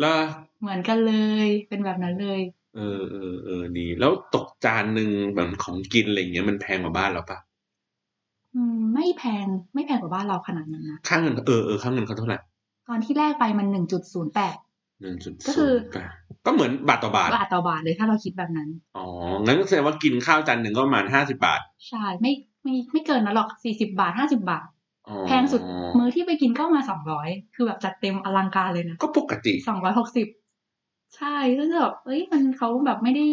แล้ว
เหมือนกันเลย เป็นแบบนั้นเลย
เออเออเออดี แล้วตกจานหนึ่งแบบของกินอะไรอย่างเงี้ยมันแพงกว่าบ้านเราปะ
อืมไม่แพงไม่แพงกว่าบ้านเราขนาดนั้นนะ
ค่าเงินเออเออค่าเงินเขาเท่าไหร่
ตอนที่แรกไปมันหนึ่งจุดศูนย์แปด
หนึ่งจุด
ก็คือ
ก็เหมือนบาทต่อบาท
ก็อัตราบาทเลยถ้าเราคิดแบบนั้น
อ๋อ งั้นก็แสดงว่ากินข้าวจานหนึ่งก็ประมาณห้าสิบาท
ใช่ไม่ไม่ไม่เกินนะหรอกสี่สิบาทห้าสิบาท
อ๋อ
แพงสุดมื้อที่ไปกินก็มาสองร้อยคือแบบจัดเต็มอลังการเลยนะ
ก็ปกติ
สองร้อยหกสิบใช่ก็จะแบบเอ้ยมันเขาแบบไม่ได้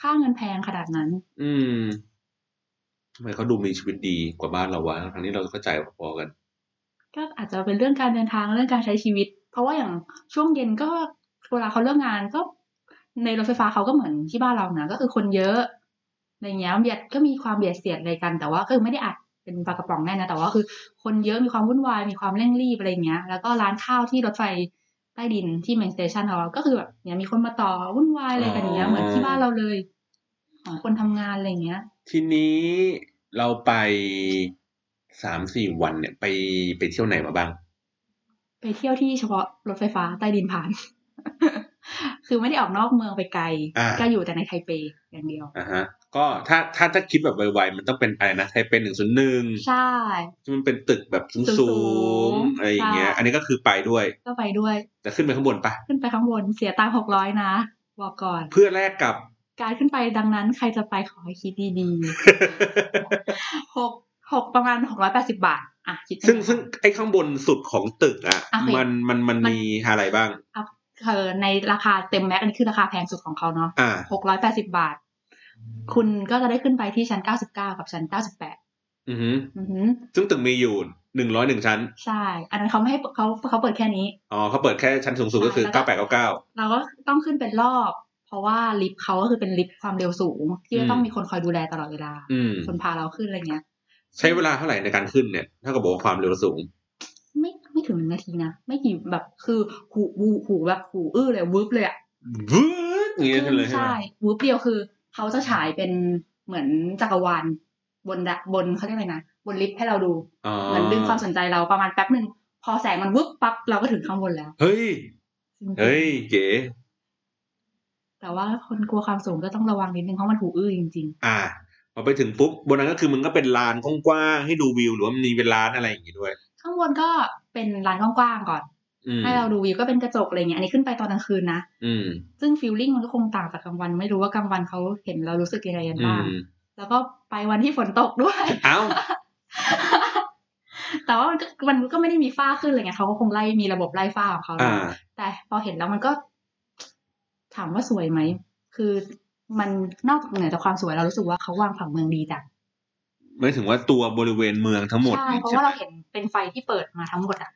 ค่าเงินแพงขนาดนั้น
อืมทำไมเขาดูมีชีวิตดีกว่าบ้านเราวะทั้งนี้เราก็จ่ายพอๆกัน
ก็อาจจะเป็นเรื่องการเดินทางเรื่องการใช้ชีวิต เพราะว่าอย่างช่วงเย็นก็เวลาเขาเลิกงานก็ ในรถไฟฟ้าเขาก็เหมือนที่บ้านเรานะก็คือคนเยอะอะไรเงี้ยเบียดก็มีความเบียดเสียดอะไรกัน แต่ว่าก็คือไม่ได้อัดเป็นปลากระป๋องแน่นะแต่ว่าคือคนเยอะมีความวุ่นวายมีความเร่งรีบอะไรเงี้ย แล้วก็ร้านข้าวที่รถไฟใต้ดินที่เมนสเตชันเราก็คือแบบเนี่ยมีคนมาต่อวุ่นวายอะไรกันอย่างเงี้ยเหมือนที่บ้านเราเลยของคนทำงานอะไรเงี้ย
ทีนี้เราไปสามสี่วันเนี่ย ไปไปเที่ยวไหนมาบ้าง
ไปเที่ยวที่เฉพาะรถไฟฟ้าใต้ดินผ่าน คือไม่ได้ออกนอกเมืองไปไกล
อ่า
ก็อยู่แต่ในไทเปอย่างเดียว
อ่าฮะ ก็ถ้าถ้าถ้าคิดแบบไวๆมันต้องเป็นอะไรนะไทเป็นหนึ่งศูนย์หนึ่ง
ใช่
มันเป็นตึกแบบสูง
สู
สูง
งๆ
อะไรอย่างเงี้ย
ค่ะ
อันนี้ก็คือไปด้วย
ก็ไปด้วย
แต่ขึ้นไปข้างบนปะ
ขึ้นไปข้างบนเสียตังค์หกร้อยนะ บอกก่อน
เพื่อแลกกับ
การขึ้นไปดังนั้นใครจะไปขอให้คิดดีๆ หกหกประมาณหกร้อยแปดสิบาท อ่ะคิด
ซึ่งซึ่งไอ้ข้างบนสุดของตึกอะ
อ่ะเห็น
มันมันมัน
มัน
มีอะไรบ้าง
เออในราคาเต็มแม็กซ์อันนี้คือราคาแพงสุดของเขาเนาะ
อ่า
หกร้อยแปดสิบาท คุณก็จะได้ขึ้นไปที่ชั้นเก้าสิบเก้ากับชั้นเก้าสิบแปด
อือฮึ
อือหือ
ซึ่งตึกมีอยู่หนึ่งร้อยหนึ่งชั้น
ใช่ อันนั้นเขาไม่ให้เปิดเขาเขาเปิดแค่นี้
อ๋อเขาเปิดแค่ชั้นสูงสุดก็คือ
ใช่
เก้าแป
แล้
ด
วก็
เก้าเก้า
เราก็ต้องขึ้นเป็นรอบ เพราะว่าลิฟต์เขาก็คือเป็นลิฟต์ความเร็วสูง ที่
อืม
ต้องมีคนคอยดูแลตลอดเวลา
อืม
คนพาเราขึ้นอะไรเงี้ย
ใช้เวลาเท่าไหร่ในการขึ้นเนี่ยถ้ากับบอกว่าความเร็วสูง
ไม่ไม่ถึงหนึ่งนาทีนะ ไม่กี่แบบคือหูหูหูแบบหูอื้อเลย วืบเลยอะ
วืดอย่างเงี้ยขึ้นเลยใช่ไหม
ใช่วืบเดียวคือเขาจะฉายเป็นเหมือนจักรวาลบนดะบนเขาเรียกอะไรนะ บนลิฟต์ให้เราดู
อ๋อ
เหมือนดึงความสนใจเราประมาณแป๊บหนึ่งพอแสงมันวืบปั๊บเราก็ถึงข้างบนแล้ว
เฮ้ย
จริงๆ
เฮ้ย เก๋
แต่ว่าคนกลัวความสูงก็ต้องระวังนิดนึงเพราะมันหูอื้อจริง ๆ
อ่าพอไปถึงปุ๊บบนนั้นก็คือมึงก็เป็นลานกว้างๆให้ดูวิวหรือว่ามีเป็นร้านอะไรอย่างงี้ด้วย
ข้างบนก็เป็นร้านกว้างๆก่อน
อืม
ให้เราดูวิวก็เป็นกระจกอะไรเงี้ยอันนี้ขึ้นไปตอนกลางคืนนะ
อืม
ซึ่งฟิลลิ่งมันก็คงต่างจากกลางวัน ไม่รู้ว่ากลางวันเขาเห็นเรารู้สึกยังไงกัน
อื
บ้าง
ม
แล้วก็ไปวันที่ฝนตกด้วย
เอ้า
แต่ว่ามันก็มันก็ไม่ได้มีฝ้าขึ้นอะไรเงี้ยเขาก็คงไล่มีระบบไล่ฝ้าของเขา
อ่า
แต่พอเห็นแล้วมันก็ ถามว่าสวยไหมคือมันนอกจากเหนือจากความสวยเรารู้สึกว่าเขาวางผังเมืองดีจัง
ไม่ถึงว่าตัวบริเวณเมืองทั้งหมด
ใช่
นี่
เพราะ
ใช่
ว่า
ไหม
เราเห็นเป็นไฟที่เปิดมาทั้งหมดอะ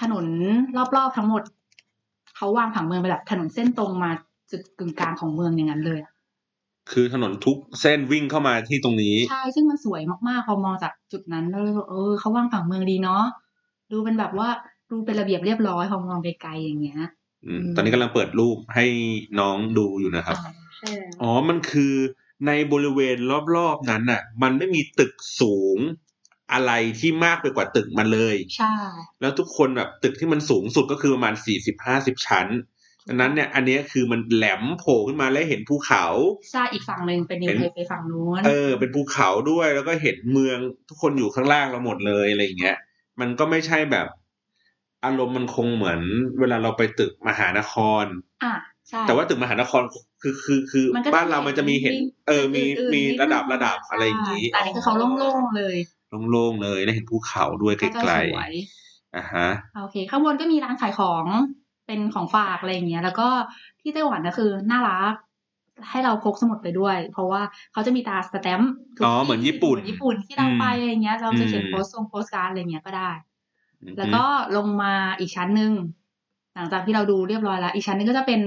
ถนนรอบๆทั้งหมดเขาวางผังเมืองไปนแบบถนนเส้นตรงมาจุดกึ่งกลางของเมืองอย่างนั้นเลยอะ
คือถนนทุกเส้นวิ่งเข้ามาที่ตรงนี้
ใช่ ซึ่งมันสวยมากๆ พอมองจากจุดนั้นแล้วเออเขาวางผังเมืองดีเนาะ ดูเป็นแบบว่าดูเป็นระเบียบเรียบร้อยพอมองไกลๆอย่างเงี้ย
อืม
อืม
ตอนนี้กำลังเปิดรูปให้น้องดูอยู่นะครับ
ใช่
อ๋อ มันคือในบริเวณรอบๆนั้นน่ะ มันไม่มีตึกสูงอะไรที่มากไปกว่าตึกมันเลย
ใช่
แล้วทุกคนแบบตึกที่มันสูงสุดก็คือประมาณสี่สิบห้าสิบชั้นดังนั้นเนี่ย อันเนี้ยคือมันแหลมโผล่ขึ้นมาแล้วเห็นภูเขา
ใช่อีกฝั่งหนึ่งเป็นนิว
เป็น
เทปไปฝั่งนู้น
เออ เป็นภูเขาด้วยแล้วก็เห็นเมืองทุกคนอยู่ข้างล่างเราหมดเลยอะไรอย่างเงี้ย มันก็ไม่ใช่แบบ อารมณ์มันคงเหมือน เวลาเราไปตึกมหานคร
อ่ะใช่
แต่ว่าตึกมหานครคือคือคือ
มันก็
บ้านเรามันจะมีเห็น
มี
เออมี
อื่นๆ
มี
นินึง
ระดับระดับอะไรอย่าง
นี้
นี้
แต่อันนี้คือเขาโล่งๆเลย
โล่งๆเลยได้เห็นภูเขาด้วยไกล
ก็จะสวย
ๆอ่ะฮะ
โอเค ข้างบนก็มีร้านขายของเป็นของฝากอะไรอย่างเงี้ย แล้วก็ที่ไต้หวันก็คือน่ารัก ให้เราพกสมุดไปด้วย เพราะว่าเขาจะมีตราสแตมป์ทุก
อ๋อเหมือนญี่ปุ่น
เหมือญี่ปุ่นที่เราไป
อืม
อะไรเงี้ย เราจะเขียน
อืม
โพสต์ทรงโพสต์การ์ดอะไรเงี้ยก็ได้
อือฮึ
แล้วก็ลงมาอีกชั้นหนึ่งหลังจากที่เราดูเรียบร้อยแล้ว อีกชั้นหนึงก็จะเป็น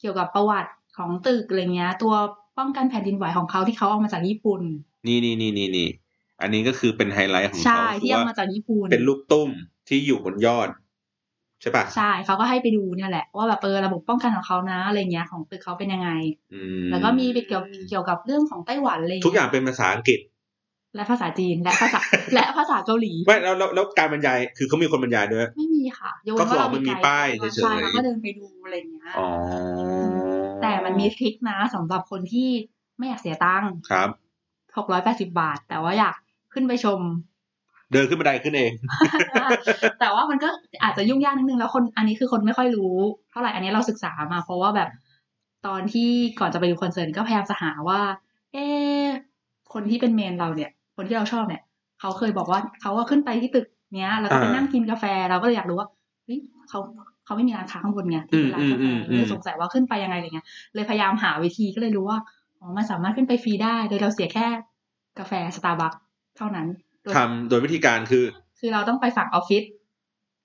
เกี่ยวกับประวัติของตึกอะไรเงี้ย ตัวป้องกันแผ่นดินไหวของเขาที่เขาเอามาจากญี่ปุ่น
นี่นี่นี่นี่นี่อันนี้ก็คือเป็นไฮไลท์ของ
ใช่
เขา
ที่เอามาจากญี่ปุ่น
เป็นลูกตุ้มที่อยู่บนยอด ใช่ปะ
ใช่เขาก็ให้ไปดูเนี่ยแหละว่าแบบเออระบบป้องกันของเขานะอะไรเงี้ยของตึกเขาเป็นยังไง
อื
แล้วก็มีเกี่ยวเกี่ยวกับเรื่องของไต้หวันอะไร
ทุกอย่างเป็นภาษาอังกฤษ
และภาษาจีนและภา ษา และภาษาเกาหลี
ไม่แล้วแล้วแล้วการบรรยายคือเขามีคนบรรยายด้วย
ไม่มีค่ะยก
ก็
เว้น
คือ
ว่าเรา
เอามันมี
มี
ป้ายเฉยๆ
ใช่เราก็เดินไปดูอะไรอย่างเงี้ย
อ๋อ
แต่มันมีทริคนะสำหรับคนที่ไม่อยากเสียตังค์
ครับ
หกร้อยแปดสิบาท แต่ว่าอยากขึ้นไปชม
เดินขึ้นบันไดขึ้นเอง
แต่ว่ามันก็อาจจะยุ่งยากนิดนึงแล้วคนอันนี้คือคนไม่ค่อยรู้ เท่าไหร่อันนี้เราศึกษามา เพราะว่าแบบ ตอนที่ก่อนจะไปดูคอนเสิร์ตก็พยายามจะหาว่า เอ๊ะคนที่เป็นเมนเราเนี่ย คนที่เราชอบเนี่ย เขาเคยบอกว่าเขาก็ขึ้นไปที่ตึกเนี้ย แล้วก็ไป
อ่านั่
นั่งกินกาแฟเราก็เลยอยากรู้ว่าเฮ้ยเขาเขาไม่มีร้านค้าข้างบนไงที่เป็นร้านกาแฟ
อืมอืมอืม
เลยสงสัยว่าขึ้นไปยังไงอะไรเงี้ย เลยพยายามหาวิธีก็เลยรู้ว่าอ๋อมันสามารถขึ้นไปฟรีได้โดยเราเสียแค่กาแฟสตาร์บัคเท่านั้นโดย
ทำโดยวิธีการคือ
คือเราต้องไปฝั่งออฟฟิศ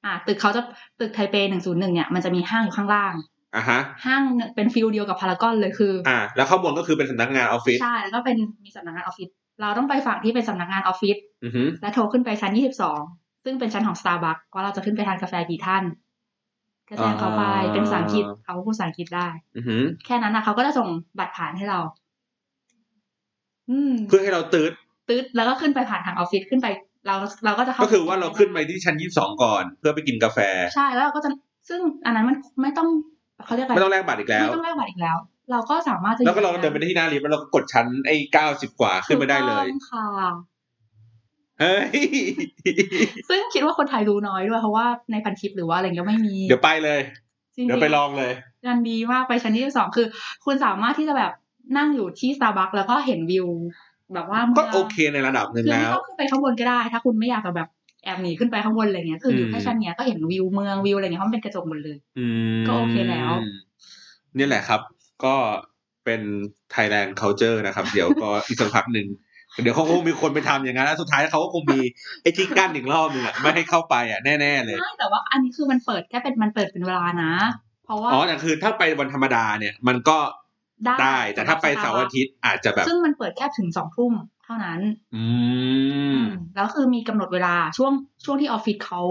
อ่า ตึกเขาจะตึกไทเปหนึ่งศูนย์หนึ่งเนี่ย มันจะมีห้างอยู่ข้างล่าง
อ่ะฮะ
ห้างเนี่ยเป็นฟิลเดียวกับพารากอนเลยคืออ
อ่า แล้วข้างบนก็คือเป็นสำนักงานออฟฟิศ
ใช่ แล้วก็เป็นมีสำนักงานออฟฟิศ เราต้องไปฝั่งที่เป็นสำนักงานออฟฟิศ
อือฮึ
และโทรขึ้นไปชั้นยี่สิบสอง ซึ่งเป็นชั้นของสตาร์บัคว่าเราจะขึ้นไปทานกาแฟกี่ท่าน ก็แจ้งเขาไป เป็นภาษาอังกฤษเขาพูดภาษาอังกฤษได้
อือฮึ
แค่นั้นนะเขาก็จะส่งบัตรผ่านให้เรา อืม
เพื่อให้เราตื่น
ตึ๊ดแล้วก็ขึ้นไปผ่านทางออฟฟิศ ขึ้นไป เราเราก็จะเข้า
ก็คือว่าเราขึ้นไปที่ชั้นยี่สิบสองก่อน เพื่อไปกินกาแฟ
ใช่แล้วเราก็จะซึ่งอันนั้นมันไม่ต้องเขาเรียกอะไร
ไม่ต้องแลกบัตรอีกแล้ว
ไม่ต้องแลกบัตรอีกแล้ว เราก็สามารถจะ
แล้วก็เราเดินไปที่หน้าลิฟต์แล้วเราก็กดชั้นไอ้เก้าสิบกว่าขึ้นไปได้เลย
ถูกต้องค่ะ
เฮ้ย
ซึ่งคิดว่าคนไทยรู้น้อยด้วยเพราะว่าในพันทิปหรือว่าอะไรเงี้ยไม่มี
เดี๋ยวไปเลย
จริงๆ
เดี๋ยวไปลองเลย
กันดีมากไปชั้นที่สองคือ คุณสามารถที่จะแบบนั่งอยู่ที่สตาร์บัคแล้วก็เห็นวิว แบบว่ามืง
ก็โอเคในระดับหนึ่ง
คือ
แล้
ไม่
ว
ต้องขึ้นไปข้างบนก็ได้ ถ้าคุณไม่อยากจะแบบแอบหนีขึ้นไปข้างบนอะไรเงี้ยคืออยู่
อืม
แค่ชั้นเนี้ยก็เห็นวิวเมืองวิวอะไรเงี้ยเพราะมันเป็นกระจกหมดเลย
อืม
ก็โอเคแล้ว
นี่แหละครับ ก็เป็น Thailand culture นะครับ เดี๋ยวก็ อีกสักพักหนึ่งเดี๋ยวเขาคงมีคนไปทำอย่างนั้นแล้วสุดท้ายเขาก็คงมีไอ้ที่กั้นอีกรอบหนึ่งอะไม่ให้เข้าไปอ่ะแน่ ๆ เลย
ใช่แต่ว่าอันนี้คือมันเปิดแค่เป็นมันเปิดเป็นเวลานะ เพราะว่า
อ๋อแต่คือถ้าไปวันธรรมดาเนี่ย มันก็
ได้
ได้แต่ถ้าไปเสาร์อาทิตย์อาจจะแบบ
ซึ่งมันเปิดแค่ถึงสองทุ่มเท่านั้น
อืม
แล้วคือมีกำหนดเวลาช่วงช่วงที่ออฟฟิศเขา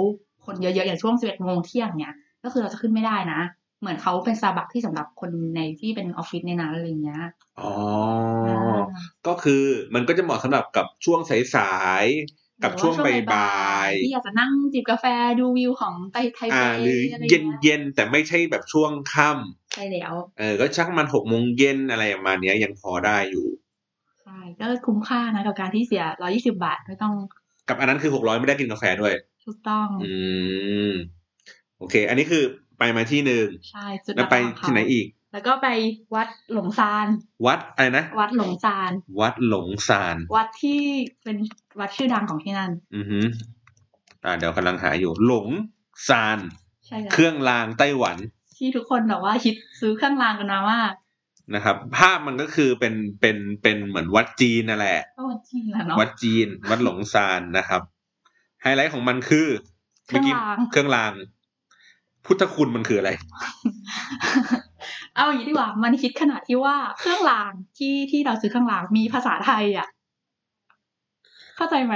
คนเยอะๆอย่างช่วงสิบเอ็ดโมงเที่ยงเนี่ย ก็คือเราจะขึ้นไม่ได้นะ เหมือนเขาเป็นซาบักที่สำหรับคนในที่เป็นออฟฟิศในนั้นอะไรอย่างเงี้ย
อ๋อ
า
ก็คือมันก็จะเหมาะสำหรับกับช่วงสายๆกับ
หรือ
ช่วงบ่าย
ที่อยากจะนั่งจิบกาแฟดูวิวของไทไท
ๆ
เป
อ่า หรือ
อะไรอย่าง
เย็น
เงี้ย
เย็นๆแต่ไม่ใช่แบบช่วงค่
ใช่แล้ว
ำเออก็ชักมันหกโมงเย็นอะไรประมาณเนี้ยยังพอได้อยู่
ใช่ก็คุ้มค่านะกับการที่เสียร้อยี่สิบาทไม่ต้อง
กับอันนั้นคือหกร้อยไม่ได้กินกาแฟด้วย
ถูกต้อง
อืม โอเค อันนี้คือไปมาที่หนึ่ง
ใช่จุด
แล้วไป
ประทับของ
ที่ไหนอีก
แล้วก็ไปวัดหลงซาน
วัดอะไรนะ
วัดหลงซาน
วัดหลงซาน
วัดที่เป็นวัดชื่อดังของที่นั่น
อือฮึอ่าเดี๋ยวกำลังหาอยู่ หลงซาน
ใช่แล้
เคว รื่องรางไต้หวัน
ที่ทุกคนแบบว่าฮิตซื้อเครื่องรางกันมาว่า
นะครับ ภาพมันก็คือเป็นเป็นเป็นเหมือนวัดจีนนั่นแหละ
ก็วัดจริงแหละเนาะ
วัดจีน วัดหลงซานนะครับ ไฮไลท์ของมันคือ
เครื่องราง
เครื่องราง พุทธคุณมันคืออะไร
เอาอย่างนี้ดีกว่ามันฮิตขนาดที่ว่าเครื่องรางที่ที่เราซื้อเครื่องรางมีภาษาไทยอ่ะ เข้าใจไหม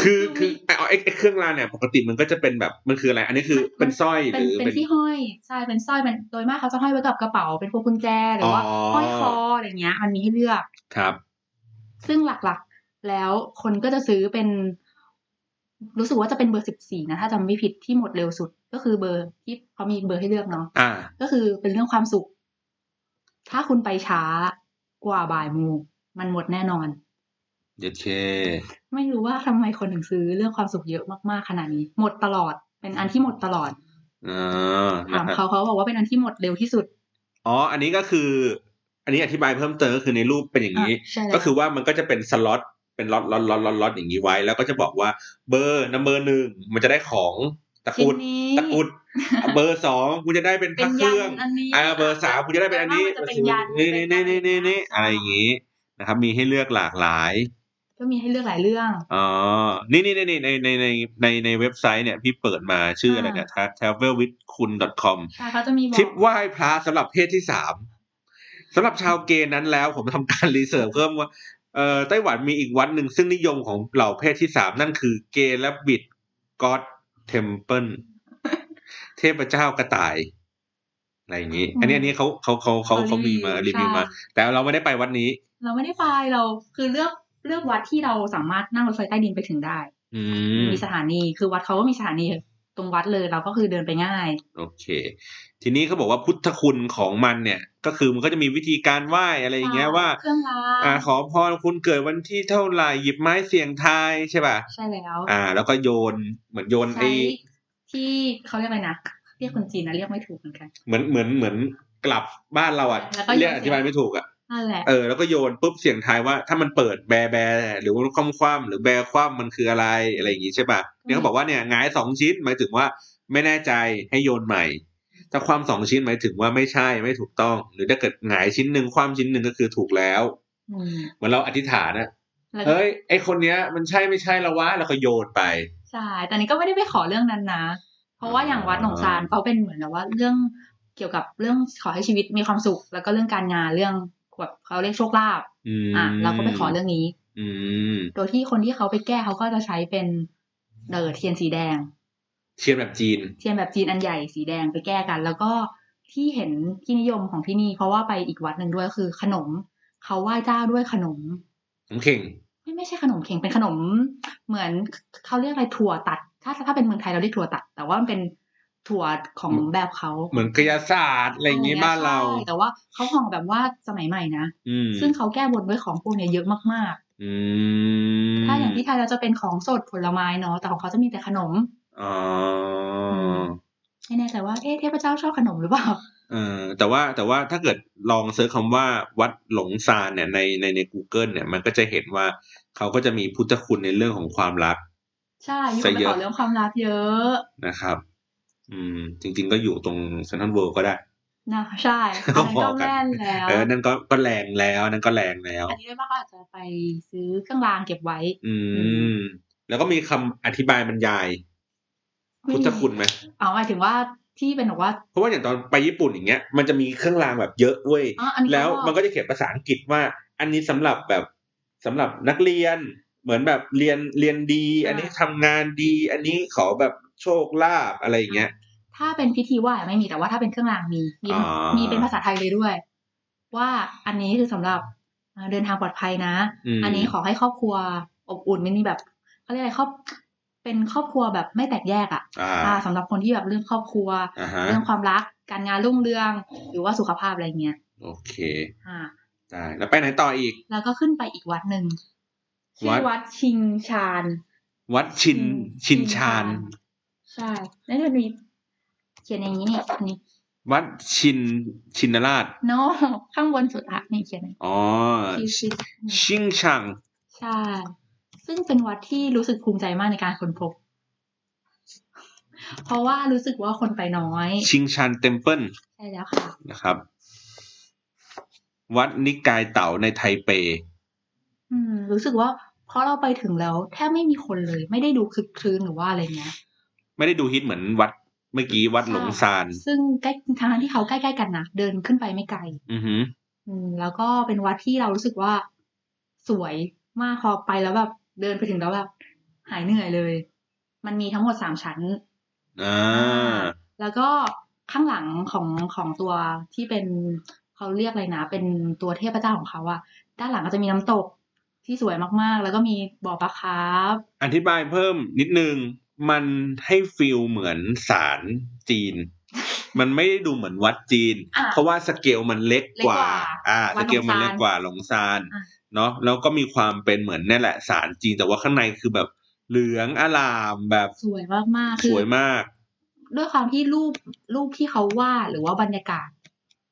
คือ
คือ
คือไอ้ไอ้ไอ้เครื่องรางเนี่ย ปกติมันก็จะเป็นแบบมันคืออะไร อันนี้คือ
มัน
เป็นสร้อยห
เป็น
รือ
เป็นที่ห้อยใช่เป็นสร้อยเป็นโดยมากเขาจะห้อยไว้กับกระเป๋าเป็นพวกกุญแจหรือว่าห้อยคออะไรเงี้ย มันมีให้เลือก
ครับ
ซึ่งหลักๆ แล้วคนก็จะซื้อเป็น รู้สึกว่าจะเป็นเบอร์สิบสี่นะถ้าจำไม่ผิดที่หมดเร็วสุด ก็คือเบอร์ที่เขามีเบอร์ให้เลือกเนาะ
อ่า
ก็คือเป็นเรื่องความสุข ถ้าคุณไปช้ากว่าบ่ายโมงมันหมดแน่นอน
เดี๋ยวเค
ไม่รู้ว่าทำไมคนถึงซื้อเรื่องความสุขเยอะมากๆขนาดนี้ หมดตลอด เป็นอันที่หมดตลอด
อ่านะ
ถาม
ครับ
เขาเขาบอกว่าเป็นอันที่หมดเร็วที่สุด
อ๋อ อันนี้ก็คือ อันนี้อธิบายเพิ่มเติมก็คือในรูปเป็นอย่างนี้
อ่ะใช่แล้ว
ก็คือว่ามันก็จะเป็นสล็อตเป็นล็อตล็อตล็อตล็อตล็อตอย่างนี้ไว้ แล้วก็จะบอกว่าเบอร์นัมเบอร์หนึ่งมันจะได้ของตะก
ชิ้
รุ
น
ด
นี้
ตะกรุด เบอร์สองคุณจะได้เป็นพ
เป็
ระ
น
เค
ยั
รื่อน ง
อันนี้
อ่าเบอร์สามคุณจะได้เป็นอันนี้
แต่ว่ามัจะเป็นยัน
นี่นี่นี่นี่นี่นี่อะไรอย่างนี้นะครับ มีให้เลือกหลากหลาย
ก็มีให้เลือกหลายเรื่อง
อ๋อนี่นี่นี่นี่ในในในในในเว็บไซต์เนี่ยพี่เปิดมาชื่ออะไรเนี่ย travelwithkun.com
ใช่เขาจะมีบอก
ทริปไหว้พระสำหรับเพศที่สามสำหรับชาวเกย์นั้นแล้วผมทำการรีเสิร์ชเพิ่มว่าเอ่อไต้หวันมีอีกวัดหนึ่งซึ่งนิยมของเหล่าเพศที่สามนั่นคือเกย์และบิดก็อดเทมเพิล เทพเจ้ากระต่าย อะไรอย่างนี้ อันนี้อันนี้เขาเขาเขาเขาเขามีมารีวิวมา
ใช่
แต่เราไม่ได้ไปวัดนี้
เราไม่ได้ไปเราคือเลือกเลือกวัดที่เราสามารถนั่งรถไฟใต้ดินไปถึงได้
อืม
มีสถานีคือวัดเขาก็มีสถานีตรงวัดเลยเราก็คือเดินไปง่าย
โอเค ทีนี้เขาบอกว่าพุทธคุณของมันเนี่ย ก็คือมันก็จะมีวิธีการไหว้อะไรอย่างเงี้ยว่า
เครื่องราง
อ่าขอพรคุณเกิดวันที่เท่าไหร่หยิบไม้เสี่ยงทายใช่ป่ะ
ใช่แล้ว
อ่า แล้วก็โยนเหมือนโยน
ใช้
ไอ้
ที่เขาเรียกอะไรนะเรียกคนจีนนะเรียกไม่ถูกเหมือนกัน
เหมือนเหมือนเหมือน กลับบ้านเราอ่ะ
แล้วก็
เรียก
โยน
อธิบายไม่ถูกอ่ะ
นั่นแหละ
เออแล้วก็โยนปุ๊บเสียงทายว่าถ้ามันเปิดแบร์แบร์หรือว่าคว่ำคว่ำหรือแบร์คว่ำมันคืออะไรอะไรอย่างงี้ใช่ป่ะเนี่ยเขาบอกว่าเนี่ยหงายสองชิ้นหมายถึงว่าไม่แน่ใจให้โยนใหม่ถ้าความสองชิ้นหมายถึงว่าไม่ใช่ไม่ถูกต้อง หรือถ้าเกิดหงายชิ้นหนึ่งความชิ้นหนึ่งก็คือถูกแล้ว
อืม
เหมือนเราอธิษฐานอะ
แล้วก็
เฮ้ยไอคนเนี้ย มันใช่ไม่ใช่แล้ววะแล้วก็โยนไป
ใช่แต่นี้ก็ไม่ได้ไปขอเรื่องนั้นนะ เพราะว่าอย่างวัดหนองซานเขาเป็นเหมือนแบบว่าเรื่องเกี่ยวกับเรื่องขอให้ชีวิตมีความสุข แล้วก็เรื่องการงานเรื่องแบบเขาเรียกโชคลาภ
อืม
อ่ะเราก็ไปขอเรื่องนี้
อืม
โดยที่คนที่เขาไปแก้เขาก็จะใช้เป็นเดอเทียนสีแดง
เชียนแบบจีน
เทียนแบบจีนอันใหญ่สีแดงไปแก้กัน แล้วก็ที่เห็นที่นิยมของที่นี่ เพราะว่าไปอีกวัดหนึ่งด้วยคือขนม เขาไหว้เจ้าด้วยขนม
น้ำเข่ง
ไม่ไม่ใช่ขนมเข็งเป็นขนม เหมือนเขาเรียกอะไรถั่วตัด ถ้าถ้าเป็นเมืองไทยเราเรียกถั่วตัด แต่ว่ามันเป็นถั่วของ
เหมือน
แบบเขา
เหมือนกายศาสตร์อะไรอย่างงี้บ้านเรา
ใช่แต่ว่าเขาห่อแบบว่าสมัยใหม่นะ
อืม
ซึ่งเขาแก้บนด้วยของพวกเนี้ยเยอะมาก
อืม
ๆ ถ้าอย่างที่ไทยเราจะเป็นของสดผลไม้เนาะแต่ของเขาจะมีแต่ขนม
อ๋อ
ม ไม่แน่ใจว่าเอ๊ะเทพเจ้าชอบขนมหรือเปล่า
เออแต่ว่าแต่ว่าถ้าเกิดลองเซิร์ชคำว่าวัดหลงซานเนี่ยในในใน Google เนี่ยมันก็จะเห็นว่าเขาก็จะมีพุทธคุณในเรื่องของความรัก
ใช่มีคนไป
ซะเย
ข
อะ
อเรื่องความรักเยอะ
นะครับ อืม จริง ๆ ก็อยู่ตรงเซนทรัลเวิลด์ก็ได้
นะ ใช่ อันนั้น
พอ
ก็
กัน
แม่นแล้ว
เออนั่นก็ก็แรงแล้วนั่นก็แรงแล้ว
อันนี้ได้ว่าก็อาจจะไปซื้อเครื่องรางเก็บไว้
อืม แล้วก็มีคำอธิบายบรรยาย พุทธคุณไหม
เอาหมายถึงว่าที่เป็นบอกว่า
เพราะว่าอย่างตอนไปญี่ปุ่นอย่างเงี้ยมันจะมีเครื่องรางแบบเยอะเว้ย
อ๋ออันนี้
แล้ว
เขาบอก
มันก็จะเขียนภาษาอังกฤษว่า อันนี้สำหรับแบบสำหรับนักเรียน เหมือนแบบเรียนเรียนดี อันนี้ทำงานดี อันนี้ขอแบบโชคลาภอะไรอย่างเงี้ย
ถ้าเป็นพิธีไหว้ไม่มีแต่ว่าถ้าเป็นเครื่องรางมีมี
อ๋อ
มีเป็นภาษาไทยเลยด้วย ว่าอันนี้คือสำหรับเอ่อเดินทางปลอดภัยนะ
ม
อันนี้ขอให้ครอบครัวอบอุ่นไม่มีแบบเขาเรียกอะไรครอบเป็นครอบครัวแบบไม่แตกแยกอ่ะ
อ่า
อ่าสำหรับคนที่แบบเรื่องครอบครัว
อ่าฮะ
เรื่องความรักการงานรุ่งเรืองหรือว่าสุขภาพอะไรเงี้ย
โอเค
อ่า
ได้แล้วไปไหนต่ออีก
แล้วก็ขึ้นไปอีกวัดหนึ่งชื่
วั
อ
ด
วัดชิงชาน
วัดชิน
ชิ
ชิน
น
ชา
ชา
น น
ใช่แล้วมันมีเขียนอย่างนี้นี่อันนี้
วัดชินชินราช
โน้ ข้างบนสุดอะนี่เขียนอะไร
อ๋อ
ชื่อชิด
ชิงชัง
ใช่ ซึ่งเป็นวัดที่รู้สึกภูมิใจมากในการค้นพบ เพราะว่ารู้สึกว่าคนไปน้อย
ชิงชันเต็มเพิล
ใช่แล้วค่ะ
นะครับ วัดนิกายเต่าในไทเป
อืม รู้สึกว่าเพราะเราไปถึงแล้วแทบไม่มีคนเลย ไม่ได้ดูคลึกคลื้นหรือว่าอะไรเงี้ย
ไม่ได้ดูฮิตเหมือนวัดเมื่อกี้วัดหลงซาน
ซึ่งใกล้ทางที่เขาใกล้ๆกันนะเดินขึ้นไปไม่ไกล
อือหือ
อืมแล้วก็เป็นวัดที่เรารู้สึกว่าสวยมากพอไปแล้วแบบเดินไปถึงแล้วแบบหายเหนื่อยเลย มันมีทั้งหมดสามชั้น
อ่า
แล้วก็ข้างหลังของของตัวที่เป็นเขาเรียกอะไรนะ เป็นตัวเทพเจ้าของเขาอะด้านหลังก็จะมีน้ำตกที่สวยมากๆ แล้วก็มีบ่อปลาคาร์ฟ
อธิบายเพิ่มนิดนึง มันให้ฟิลเหมือนศาลจีน มันไม่ได้ดูเหมือนวัดจีน
อ่ะ
เพราะว่าสเกลมันเล็กกว่า
เล็กกว่า
อ่า
วั
ส
ดหลงซาน
เกลมันเล็กกว่าหลงซาน
อ่ะ
เนาะ แล้วก็มีความเป็นเหมือนนี่นแหละศาลจีน แต่ว่าข้างในคือแบบเหลืองอลามแบบ
สวยมาก
ส
ๆคือ
วยมาก
ด้วยความที่รูปรูปที่เขาวาดหรือว่าบรรยากาศ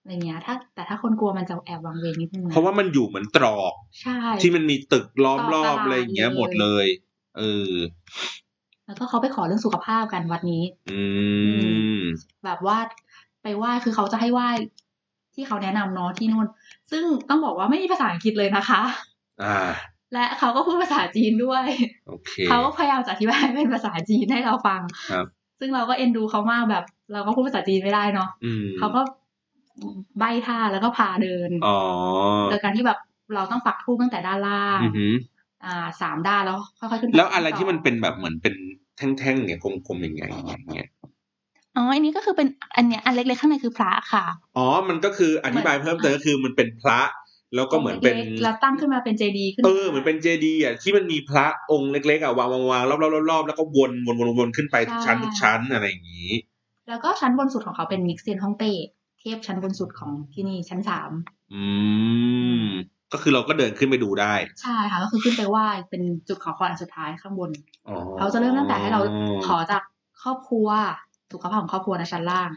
อะไรเงี้ย ถ้า แต่ถ้าคนกลัวมันจะแอบวังเวงนิดนึงนะ
เพราะว่ามันอยู่เหมือนตรอก
ใช่
ที่มันมีตึกล้อมรอบ
ต่อตลาด
อะไรอย่างเงี้ย
เลย
หมดเลย เออ
แล้วก็เขาไปขอเรื่องสุขภาพกันวัดนี้
อืม
แบบว่าไปไหว้คือเขาจะให้ไหว้ที่เขาแนะนำเนาะที่นู่น ซึ่งต้องบอกว่าไม่มีภาษาอังกฤษเลยนะคะ
อ่า
และเขาก็พูดภาษาจีนด้วย
โอเค
เขาก็พยายามจะอธิบายเป็นภาษาจีนให้เราฟัง
ครับ
ซึ่งเราก็เอ็นดูเขามากแบบ เราก็พูดภาษาจีนไม่ได้เนาะ
อืม
เขาก็ใบท่าแล้วก็พาเดิน
อ๋อ
โดยการที่แบบเราต้องปักธูปตั้งแต่ด้านล่าง
อือหือ
อ่าสามด้านแล้วค่อยๆขึ้นป
แล้วอะไร
ต่
ที่มันเป็นแบบเหมือนเป็นแท่งๆเนี่ยกลมๆอย่างเงี้ยอย่างเงี้ย
อ๋ออันนี้ก็คือเป็นอันเนี้ยอันเล็กๆข้างในคือพระค่ะ
อ๋อ มันก็คืออธิบายเพิ่มเติมก็คือมันเป็นพระ แล้วก็เหมือนเป็น
ล็กๆแล้วตั้งขึ้นมาเป็นเจดีขึ้น
เออเหมือนเป็นเจดีย์อ่ะที่มันมีพระองค์เล็กๆอ่ะวางวางวางรอบๆรอบๆแล้วก็วนวนวนวนขึ้นไปทุกชั้นทุกชั้นอะไรอย่างงี้
แล้วก็ชั้นบนสุดของเขาเป็นมิกเซียนฮ่องเต้เทพชั้นบนสุดของที่นี่ชั้นสาม
อืม ก็คือเราก็เดินขึ้นไปดูได้
ใช่ค่ะก็คือขึ้นไปไหว้เป็นจุดขอพรอันสุดท้ายข้างบน
อ๋อ
เขาจะเริ่มตั้งแต่ให้เราขอจากครอบครัวสุขภาพของครอบครัวนะชั้นล่าง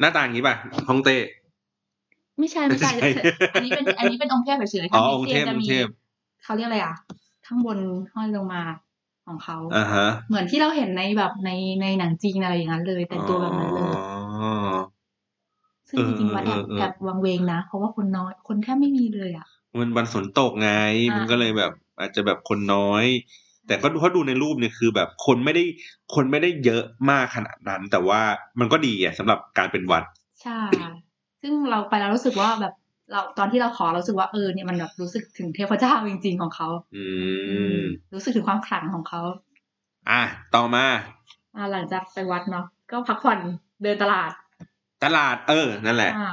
หน้าตาอย่างนี้ป่ะฮ่องเต้
ไม่ใช่ไม่ใช่
ไม่ ใช่
อันนี้เป็นอันนี้เป็นองค์เทพเฉยๆ
อ๋อ
ทาง
องค์
เอ
เทพ
เชียจะ
อง
มี
ค์เทพ
เขาเรียกอะไรอ่ะ ข้างบนห้อยลงมาของเขา
อ่าฮะ
เหมือนที่เราเห็นในแบบในในหนังจีนอะไรอย่างนั้นเลย แต่งตัวแบบนั้นเลย
อ๋อ
ซึ่งจริงๆวัดแอบ
เออเออเออ
แอบวังเวงนะ เพราะว่าคนน้อยคนแทบไม่มีเลยอ่ะ
มันวันฝนตกไง
อ่ามั
มันก็เลยแบบ อาจจะแบบคนน้อย แต่ก็เขาะดูในรูปเนี่ยคือแบบคนไม่ได้คนไม่ได้เยอะมากขนาดนั้น แต่ว่ามันก็ดีอ่ะสำหรับการเป็นวัด
ใช่ ซึ่งเราไปแล้วรู้สึกว่าแบบเราตอนที่เราขอเรารู้สึกว่าเออเนี่ยมันแบบรู้สึกถึงเทพเจ้าจริง ๆของเขา
อืม
รู้สึกถึงความขลังของเขา
อ่ะต่อมา
อ่าหลังจากไปวัดเนาะก็พักผ่อนเดินตลาด
ตลาดเออ นั่นแหละ
อ่า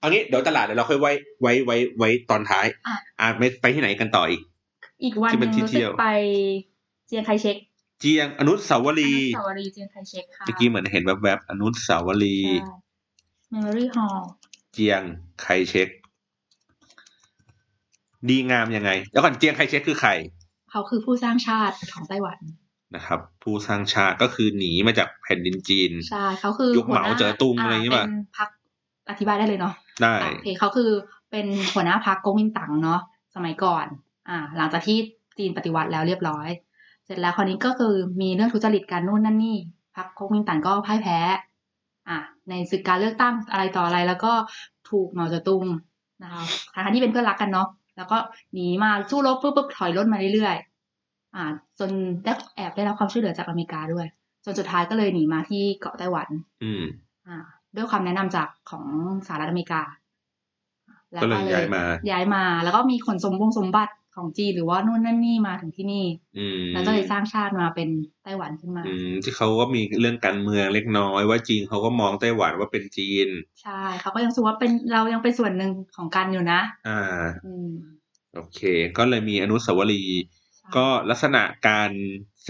เอางี้เดี๋ยวตลาดเดี๋ยวเราค่อยไว้ไว้ไว้ไว้ตอนท้าย
อ่ะ
อ่ะไปไปที่ไหนกันต่ออีก
อีกวัน
ที่
ห
เป็
นึ
น
ง
ที่
รู้
เที่ย
สึก
ว
ไปเจียงไคเชก
เจียงอนุสาว
อ
รี
นุ
ย์
สาวรีย์เจียงไคเชกค่ะ
เมื่อกี้เหมือนเห็นแวบๆอนุสาวรีย์
เมมโมรี่ฮอล
เจียงไคเชกดีงามยังไงแล้วก่อนเจียงไคเชกคือใคร
เขาคือผู้สร้างชาติของไต้หวัน
นะครับ ผู้สร้างชาติก็คือหนีมาจากแผ่นดินจีน
ใช่เขาคือ
ยุคเหมาเจ๋อตุงอะไรอย่างงี้ป่ะ
เป็นพักอธิบายได้เลยเนาะ
ได้
อ่ะโอเคเขาคือเป็นหัวหน้าพักก๊กมินตั๋งเนาะสมัยก่อน อ่า หลังจากที่จีนปฏิวัติแล้วเรียบร้อย เสร็จแล้วคราวนี้ก็คือมีเรื่องทุจริตการนู่นนั่นนี่พักก๊กมินตั๋งก็พ่ายแพ้ อ่ะในศึกการเลือกตั้งอะไรต่ออะไร แล้วก็ถูกเหมาเจ๋อตุงนะคะทั้งๆที่เป็นเพื่อนรักกันเนาะแล้วก็หนีมาสู้รบปุ๊บปุ๊บถอยร่นมาเรื่อยๆอ่า จนได้แอบได้รับความช่วยเหลือจากอเมริกาด้วย จนสุดท้ายก็เลยหนีมาที่เกาะไต้หวัน
อืม
อ่าด้วยความแนะนำจากของสหรัฐอเมริกา
ก็เลยย้ายมา
ย้ายมา แล้วก็มีขนสมบงสมบัติของจีนหรือว่านู่นนั่นนี่มาถึงที่นี่
อืม
แล้วก็เลยสร้างชาติมาเป็นไต้หวันขึ้นมา
อืมที่เขาก็มีเรื่องการเมืองเล็กน้อย ว่าจีนเขาก็มองไต้หวันว่าเป็นจีน
ใช่เขาก็ยังรู้สึกว่าเป็นเรายังเป็นส่วนหนึ่งของกันอยู่นะ
อ่า
อืม
โอเค ก็เลยมีอนุสาวรีย์
ใช่
ก็ลักษณะการ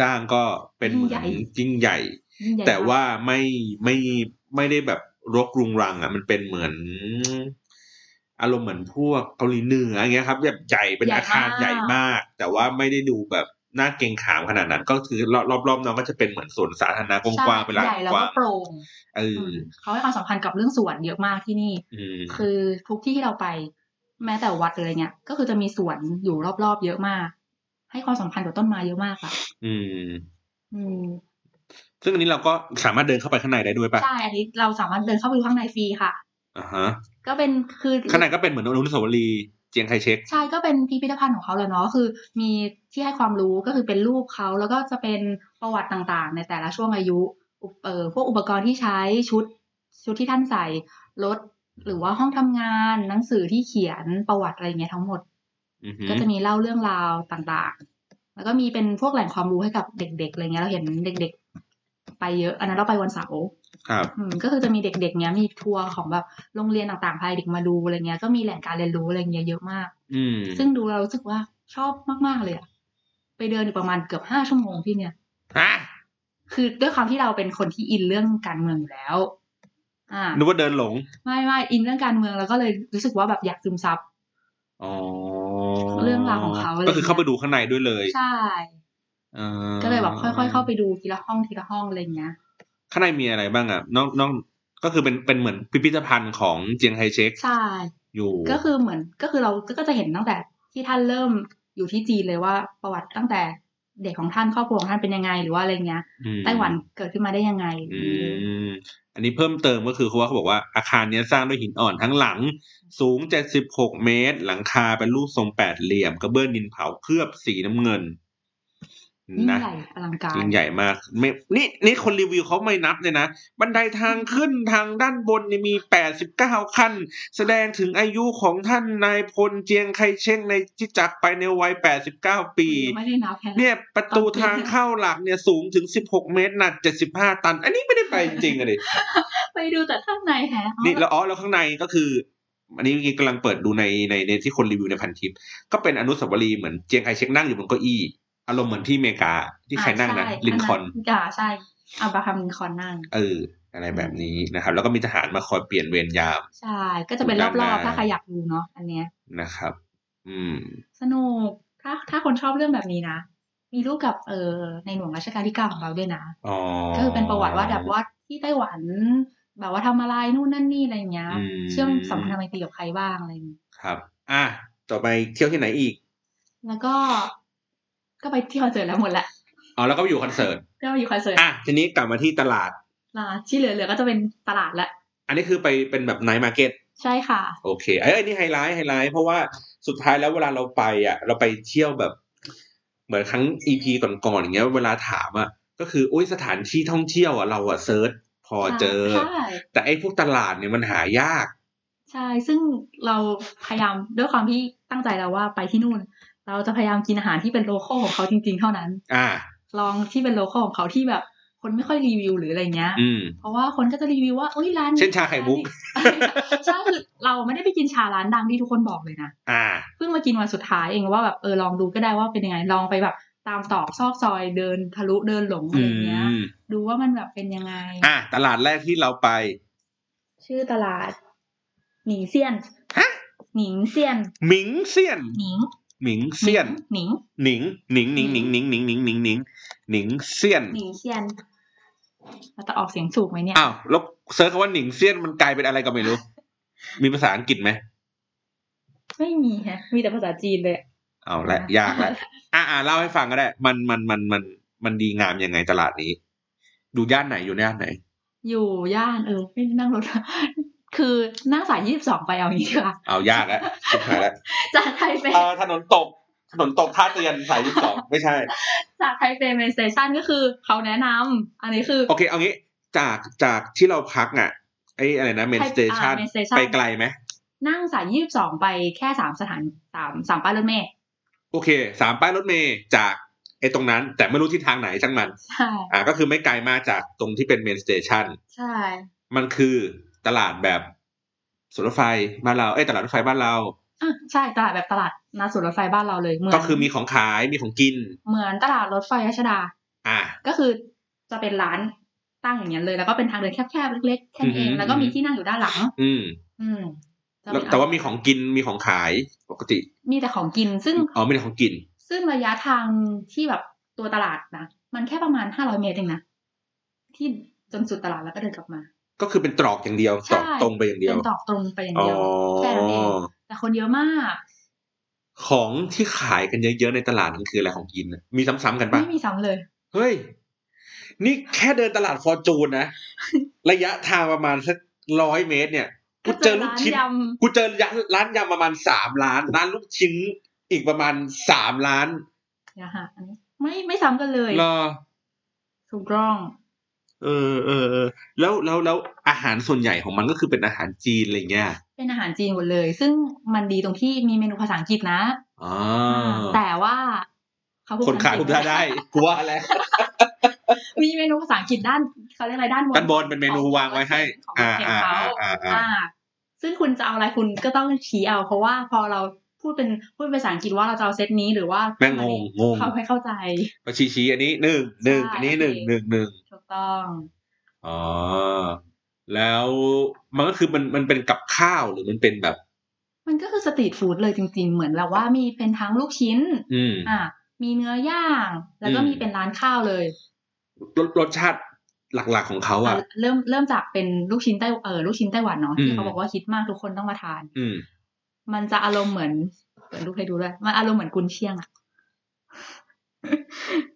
สร้างก็เป็นเหมื
ยิ่งใหญ่
อนยิ่งใหญ่
ยิ่งใหญ่มก
แต่ว่าไม่ไม่ไม่ได้แบบรกรุงรัง อ่ะ มันเป็นเหมือน อารมณ์เหมือนพวกเกาหลีเหนืออย่างเงี้ยครับแบบใหญ่เป็นอาคารใหญ่มาก แต่ว่าไม่ได้ดูแบบน่าเกรงขามขนาดนั้น ก็คือรอบรอบๆน้องก็จะเป็นเหมือนสวนสาธารณะกว้างๆเป็นลาน
ใหญ่แล้ว
ก
ก็
ว้าง
โปร่ง
เอ
อื
อ
มเขาให้ความสำคัญกับเรื่องสวนเยอะมากที่นี่
อืม
คือทุกที่ที่เราไป แม้แต่วัดหรืออะไรเงี้ย ก็คือจะมีสวนอยู่รอบๆเยอะมาก ให้ความสำคัญกับต้นไม้เยอะมากอะ
อืม
อืม
ซึ่งอันนี้เราก็สามารถเดินเข้าไปข้างในได้ด้วยป่ะ
ใช่ อันนี้เราสามารถเดินเข้าไปดูข้างในฟรีค่ะ
อ่าฮะ
ก็เป็นคือ
ข้างในก็เป็นเหมือนอนุสาวรีย์เจียงไคเชก
ใช่ก็เป็นพิพิธภัณฑ์ของเขาแหล้วเนาะ คือมีที่ให้ความรู้ก็คือเป็นรูปเขา แล้วก็จะเป็นประวัติต่างๆ ในแต่ละช่วงอายุอุปเอ่อพวกอุปกรณ์ที่ใช้ชุด ชุดที่ท่านใส่รถหรือว่าห้องทำงาน หนังสือที่เขียนประวัติอะไรเงี้ยทั้งหมด
อือฮึ
ก็จะมีเล่าเรื่องราวต่างๆ แล้วก็มีเป็นพวกแหล่งความรู้ให้กับเด็กๆอะไรเงี้ย เราเห็นเด็กๆ ไปเยอะ อันนั้นเราไปวันเสาร์
ครับ
อืมก็คือจะมีเด็กๆ เนี้ยมีทัวร์ของแบบโรงเรียนต่างๆพาเด็กมาดูอะไรเงี้ย ก็มีแหล่งการเรียนรู้อะไรเงี้ยเยอะมาก
อืม
ซึ่งดูเรารู้สึกว่าชอบมากๆเลยอะไปเดินอยู่ประมาณเกือบห้าชั่วโมงที่เนี่ย
ฮะ
คือด้วยความที่เราเป็นคนที่อินเรื่องการเมืองอยู่แล้ว อ่า
นึกว่าเดินหลง
ไม่ไม่อินเรื่องการเมืองแล้วก็เลยรู้สึกว่าแบบอยากซึมซับ
อ๋อ
เรื่องราวของเขาอะไร
ก็คือเข้าไปดูข้างในด้วยเลย
ใช่
อ่า
ก็เลยแบบค่อยๆ เข้าไปดูทีละห้องทีละห้องอะไรเงี้ย
ข้างในมีอะไรบ้างอ่ะนอกนอกก็คือเป็นเป็นเหมือนพิพิธภัณฑ์ของเจียงไคเชก
ใช่
อยู่
ก็คือเหมือนก็คือเราก็จะเห็นตั้งแต่ที่ท่านเริ่มอยู่ที่จีนเลยว่าประวัติตั้งแต่เด็กของท่านครอบครัวของท่านเป็นยังไงหรือว่าอะไรเงี้ย
ม
ไต้หวันเกิดขึ้นมาได้ยังไง
อืมอันนี้เพิ่มเติมก็คือเขาว่าเขาบอกว่าอาคารเนี้ยสร้างด้วยหินอ่อนทั้งหลัง สูง 76 เมตร หลังคาเป็นรูปทรงแปดเหลี่ยมกระเบื้องดินเผาเคลือบสีน้ำเงิน
ยิ่ง
นะ
ใหญ่อลังการ
ยิ่งใหญ่มากไม่นี่นี่คนรีวิวเขาไม่นับเลยนะ บันไดทางขึ้นทางด้านบนเนี่ยมี 89 ขั้น แสดงถึงอายุของท่านนายพลเจียงไคเชกในจิจักรไปในวัย 89 ปี
ไม่ได้นับแค่นั้น
เนี่ยประตูทางเข้าหลักเนี่ยสูงถึง 16 เมตรหนัก 75 ตัน อันนี้ไม่ได้ไปจริงๆอะดิ
ไปดูแต่ข้างในแฮะอ๋อ
นี่แล้วอ๋อแล้วข้างในก็คือ อันนี้เมื่อกี้กำลังเปิดดูในในในที่คนรีวิวในพันทิป ก็เป็นอนุสาวรีย์เหมือนเจียงไคเชกนั่งอยู่บนเก้าอี้อารมณ์เหมือนที่อเมริกา ที่ใครนั่งนะ
อ่าใช่
ลินคอล์น
อ่าใช่อับราฮัมลินคอล์นนั่ง
เอออะไรแบบนี้นะครับ แล้วก็มีทหารมาคอยเปลี่ยนเวรยาม
ใช่ ก็จะเป็นรอบๆ ถ้าใครอยากดูเนาะอันเนี้ย
นะครับ อืม
สนุก ถ้าถ้าคนชอบเรื่องแบบนี้นะ มีรูปกับเออในหลวงรัชกาลที่เก้าของเราด้วยนะ
อ๋อ
ก็คือเป็นประวัติว่าแบบว่าที่ไต้หวัน แบบว่าทำอะไรนู่นนั่นนี่อะไรอย่างเงี้ย
อืม
เชื่อมสัมพันธไมตรีกับใครบ้างอะไรอย่างเงี้ย
ครับ อ่ะต่อไปเที่ยวที่ไหนอีก
แล้วก็ก็ไปที่คอนเสิร์ตแล้วหมดละ
อ๋อแล้วก็ไปอยู่คอนเสิร์ต
ก็ไปอยู่คอนเสิร์ต
อ่ะทีนี้กลับมาที่ตลาด
ลาที่เหลือเหลือก็จะเป็นตลาดละ
อันนี้คือไปเป็นแบบไนท์มาร์เก็ต
ใช่ค่ะ
โอเคไอ้ยอันนี้ไฮไลท์ไฮไลท์เพราะว่าสุดท้ายแล้วเวลาเราไปอ่ะ เราไปเที่ยวแบบ เหมือนครั้งอีพีก่อนๆอย่างเงี้ย เวลาถามอ่ะก็คืออุ้ยสถานที่ท่องเที่ยวอ่ะเราอ่ะเซิร์ชพอเจอ
ใช่
แต่ไอ้พวกตลาดเนี่ยมันหายาก
ใช่ ซึ่งเราพยายามด้วยความที่ตั้งใจแล้วว่าไปที่นู่น เราจะพยายามกินอาหารที่เป็นโลคอลของเขาจริง ๆ เท่านั้น
อ่า
ลองที่เป็นโลคอลของเขาที่แบบคนไม่ค่อยรีวิวหรืออะไรเงี้ย
อืม
เพราะว่าคนก็จะรีวิวว่าอุ้ยร้าน
เช่นชาไข่มุก
ร้านนี้ใช่คือเราไม่ได้ไปกินชาร้านดังที่ทุกคนบอกเลยนะ
อ่า
เพิ่งมากินวันสุดท้ายเองว่าแบบเออลองดูก็ได้ว่าเป็นยังไง ลองไปแบบตามตอกซอกซอยเดินทะลุเดินหลงอะ
อื
ไรเงี้ย
ม
ดูว่ามันแบบเป็นยังไง
อ่าตลาดแรกที่เราไป
ชื่อตลาด หนิงเซียน
ฮะ
หนิงเซียน
หมิงเซียน
หนิง
หมิงเซียน
หนิง
หนิง หนิงหนิงหนิงหนิงหนิงหนิงหนิงหนิงหนิงเซียน
หนิงเซียนเราจะออกเสียงถูกไหมเนี่ย
อ้าวแล้วเซิร์ชคำว่าหนิงเซียนมันกลายเป็นอะไรก็ไม่รู้ มีภาษาอังกฤษไหม
ไม่มีฮะ มีแต่ภาษาจีนเลย
เอาละ
อ่ะ
ยากละอ่าอ่าเล่าให้ฟังก็ได้ มันมันมันมันมันดีงามยังไงตลาดนี้ ดูย่านไหนอยู่ในย่านไหน
อยู่ย่านเออไม่นั่งรถ คือนั่งสายยี่สิบสองไปเอาอย่างนี้ดีกว่า
เอายากแล้วสุดท้ายแล้ว
จากไทเป
เอ่อถนนตก ถนนตกท่าเตียนสายที่สองไม่ใช่
จากไทเปเมนสเตชันก็คือเขาแนะนำอันนี้คือ
โอเค เอางี้จากจากที่เราพักอ่ะไอ้อะไรนะเมนสเตชัน
เมนสเตชัน
ไปไกลไหม
นั่งสายยี่สิบสองไปแค่สามสถานสามสามป้ายรถเมล์
โอเค สามป้ายรถเมย์จากไอ้ตรงนั้น แต่ไม่รู้ทิศทางไหนช่างมัน
ใช่
อ่าก็คือไม่ไกลมากจากตรงที่เป็นเมนสเตชัน
ใช่
มันคือตลาดแบบสวนรถไฟบ้านเรา เอ้ยตลาดรถไฟบ้านเรา
อ่ะใช่ตลาดแบบตลาดนาสวนรถไฟบ้านเราเลยเหมือน
ก็คือมีของขาย มีของกิน
เหมือนตลาดรถไฟรัชดา
อ่า
ก็คือจะเป็นร้านตั้งอย่างเงี้ยเลย แล้วก็เป็นทางเดินแคบๆเล็กๆแค่นั้นเอ
อือ
ง
หือ
แล้วก็มีที่นั่งอยู่ด้านหลัง
อืม
อืม
แล้วแต่ว่ามีของกิน มีของขายปกติ
มีแต่ของกิน ซึ่ง
อ๋อไม่ได้ของกิน
ซึ่งระยะทางที่แบบตัวตลาดนะมันแค่ประมาณห้าร้อยเมตรเองนะที่จนสุดตลาดแล้วก็เดินกลับมา
ก็คือเป็นตรอกอย่างเดียว ต
ใช่
รอกตรงไปอย่างเดีย
เป็
วน
ตอกตรงไปอย่าง
อ๋อ
เดียวแค่นั้นเองแต่คนเยอะมาก
ของที่ขายกันเยอะๆในตลาดมันคืออะไรของกินน่ะมีซ้ำๆกันปะ
ไม่มีซ้ำเลย
เฮ้ย นี่แค่เดินตลาดฟอร์จูนนะ ระยะทางประมาณสักร้อยเมตร เนี่ย กู
ก็
เจ
เจ
อ
อ
ลูก
ร้าน
ชิ้น
ย
กูเจอร้านยำประมาณสามร้าน ร้านลูกชิ้นอีกประมาณสามร้าน
ำอย่าหาอันนี้ไม่ไม่ซ้ำกันเลย
รอ
ถูกต้อง
เออเออเออแล้วแล้วแล้วอาหารส่วนใหญ่ของมันก็คือเป็นอาหารจีนอะไรเงี้ย
เป็นอาหารจีนหมดเลย ซึ่งมันดีตรงที่มีเมนูภาษาอังกฤษนะ
อ๋อ
แต่ว่าเขาพูด
คนขาย
อั
คุณ
งกฤษ
ได้ได้กลัวแล้ว
มีเมนูภาษาอังกฤษด้านเขาเรียกอะไรด้านบน
ด้านบนเป็นเมนูวางไว้ให้
ของ
อ่า
เขียน
อ่า
เขา
อ่าอ่าอ่า
อ่า ซึ่งคุณจะเอาอะไรคุณก็ต้องชี้เอา เพราะว่าพอเราพูดเป็นพูดเป็นภาษาอังกฤษว่าเราจะเอาเซตนี้หรือว่า
แม่งงงงง
เขาไม่เข้าใจ
มาชี้ชี้อันนี้หนึ่งหนึ่ง
ใช่
อันนี้ห
โอ
นึ่ง
เค
หนึ่งหนึ่ง
ถูกต้อง
อ๋อแล้วมันก็คือมันมันเป็นกับข้าวหรือมันเป็นแบบ
มันก็คือสตรีทฟู้ดเลยจริง ๆ เหมือนแบบว่ามีเป็นทั้งลูกชิ้น
อืม
อ่ะมีเนื้อย่างแล้วก็
อืม
มีเป็นร้านข้าวเลย
รสรสชาติหลักๆของเขาอ่ะ
อ่ะเริ่มเริ่มจากเป็นลูกชิ้นไต้เออลูกชิ้นไต้หวันเนาะ
อื
ที่
ม
เขาบอกว่าฮิตมากทุกคนต้องมาทาน
อืม
มันจะอารมณ์เหมือนเปิดรูปให้ดูด้วยมันอารมณ์เหมือนกุนเชียงอะ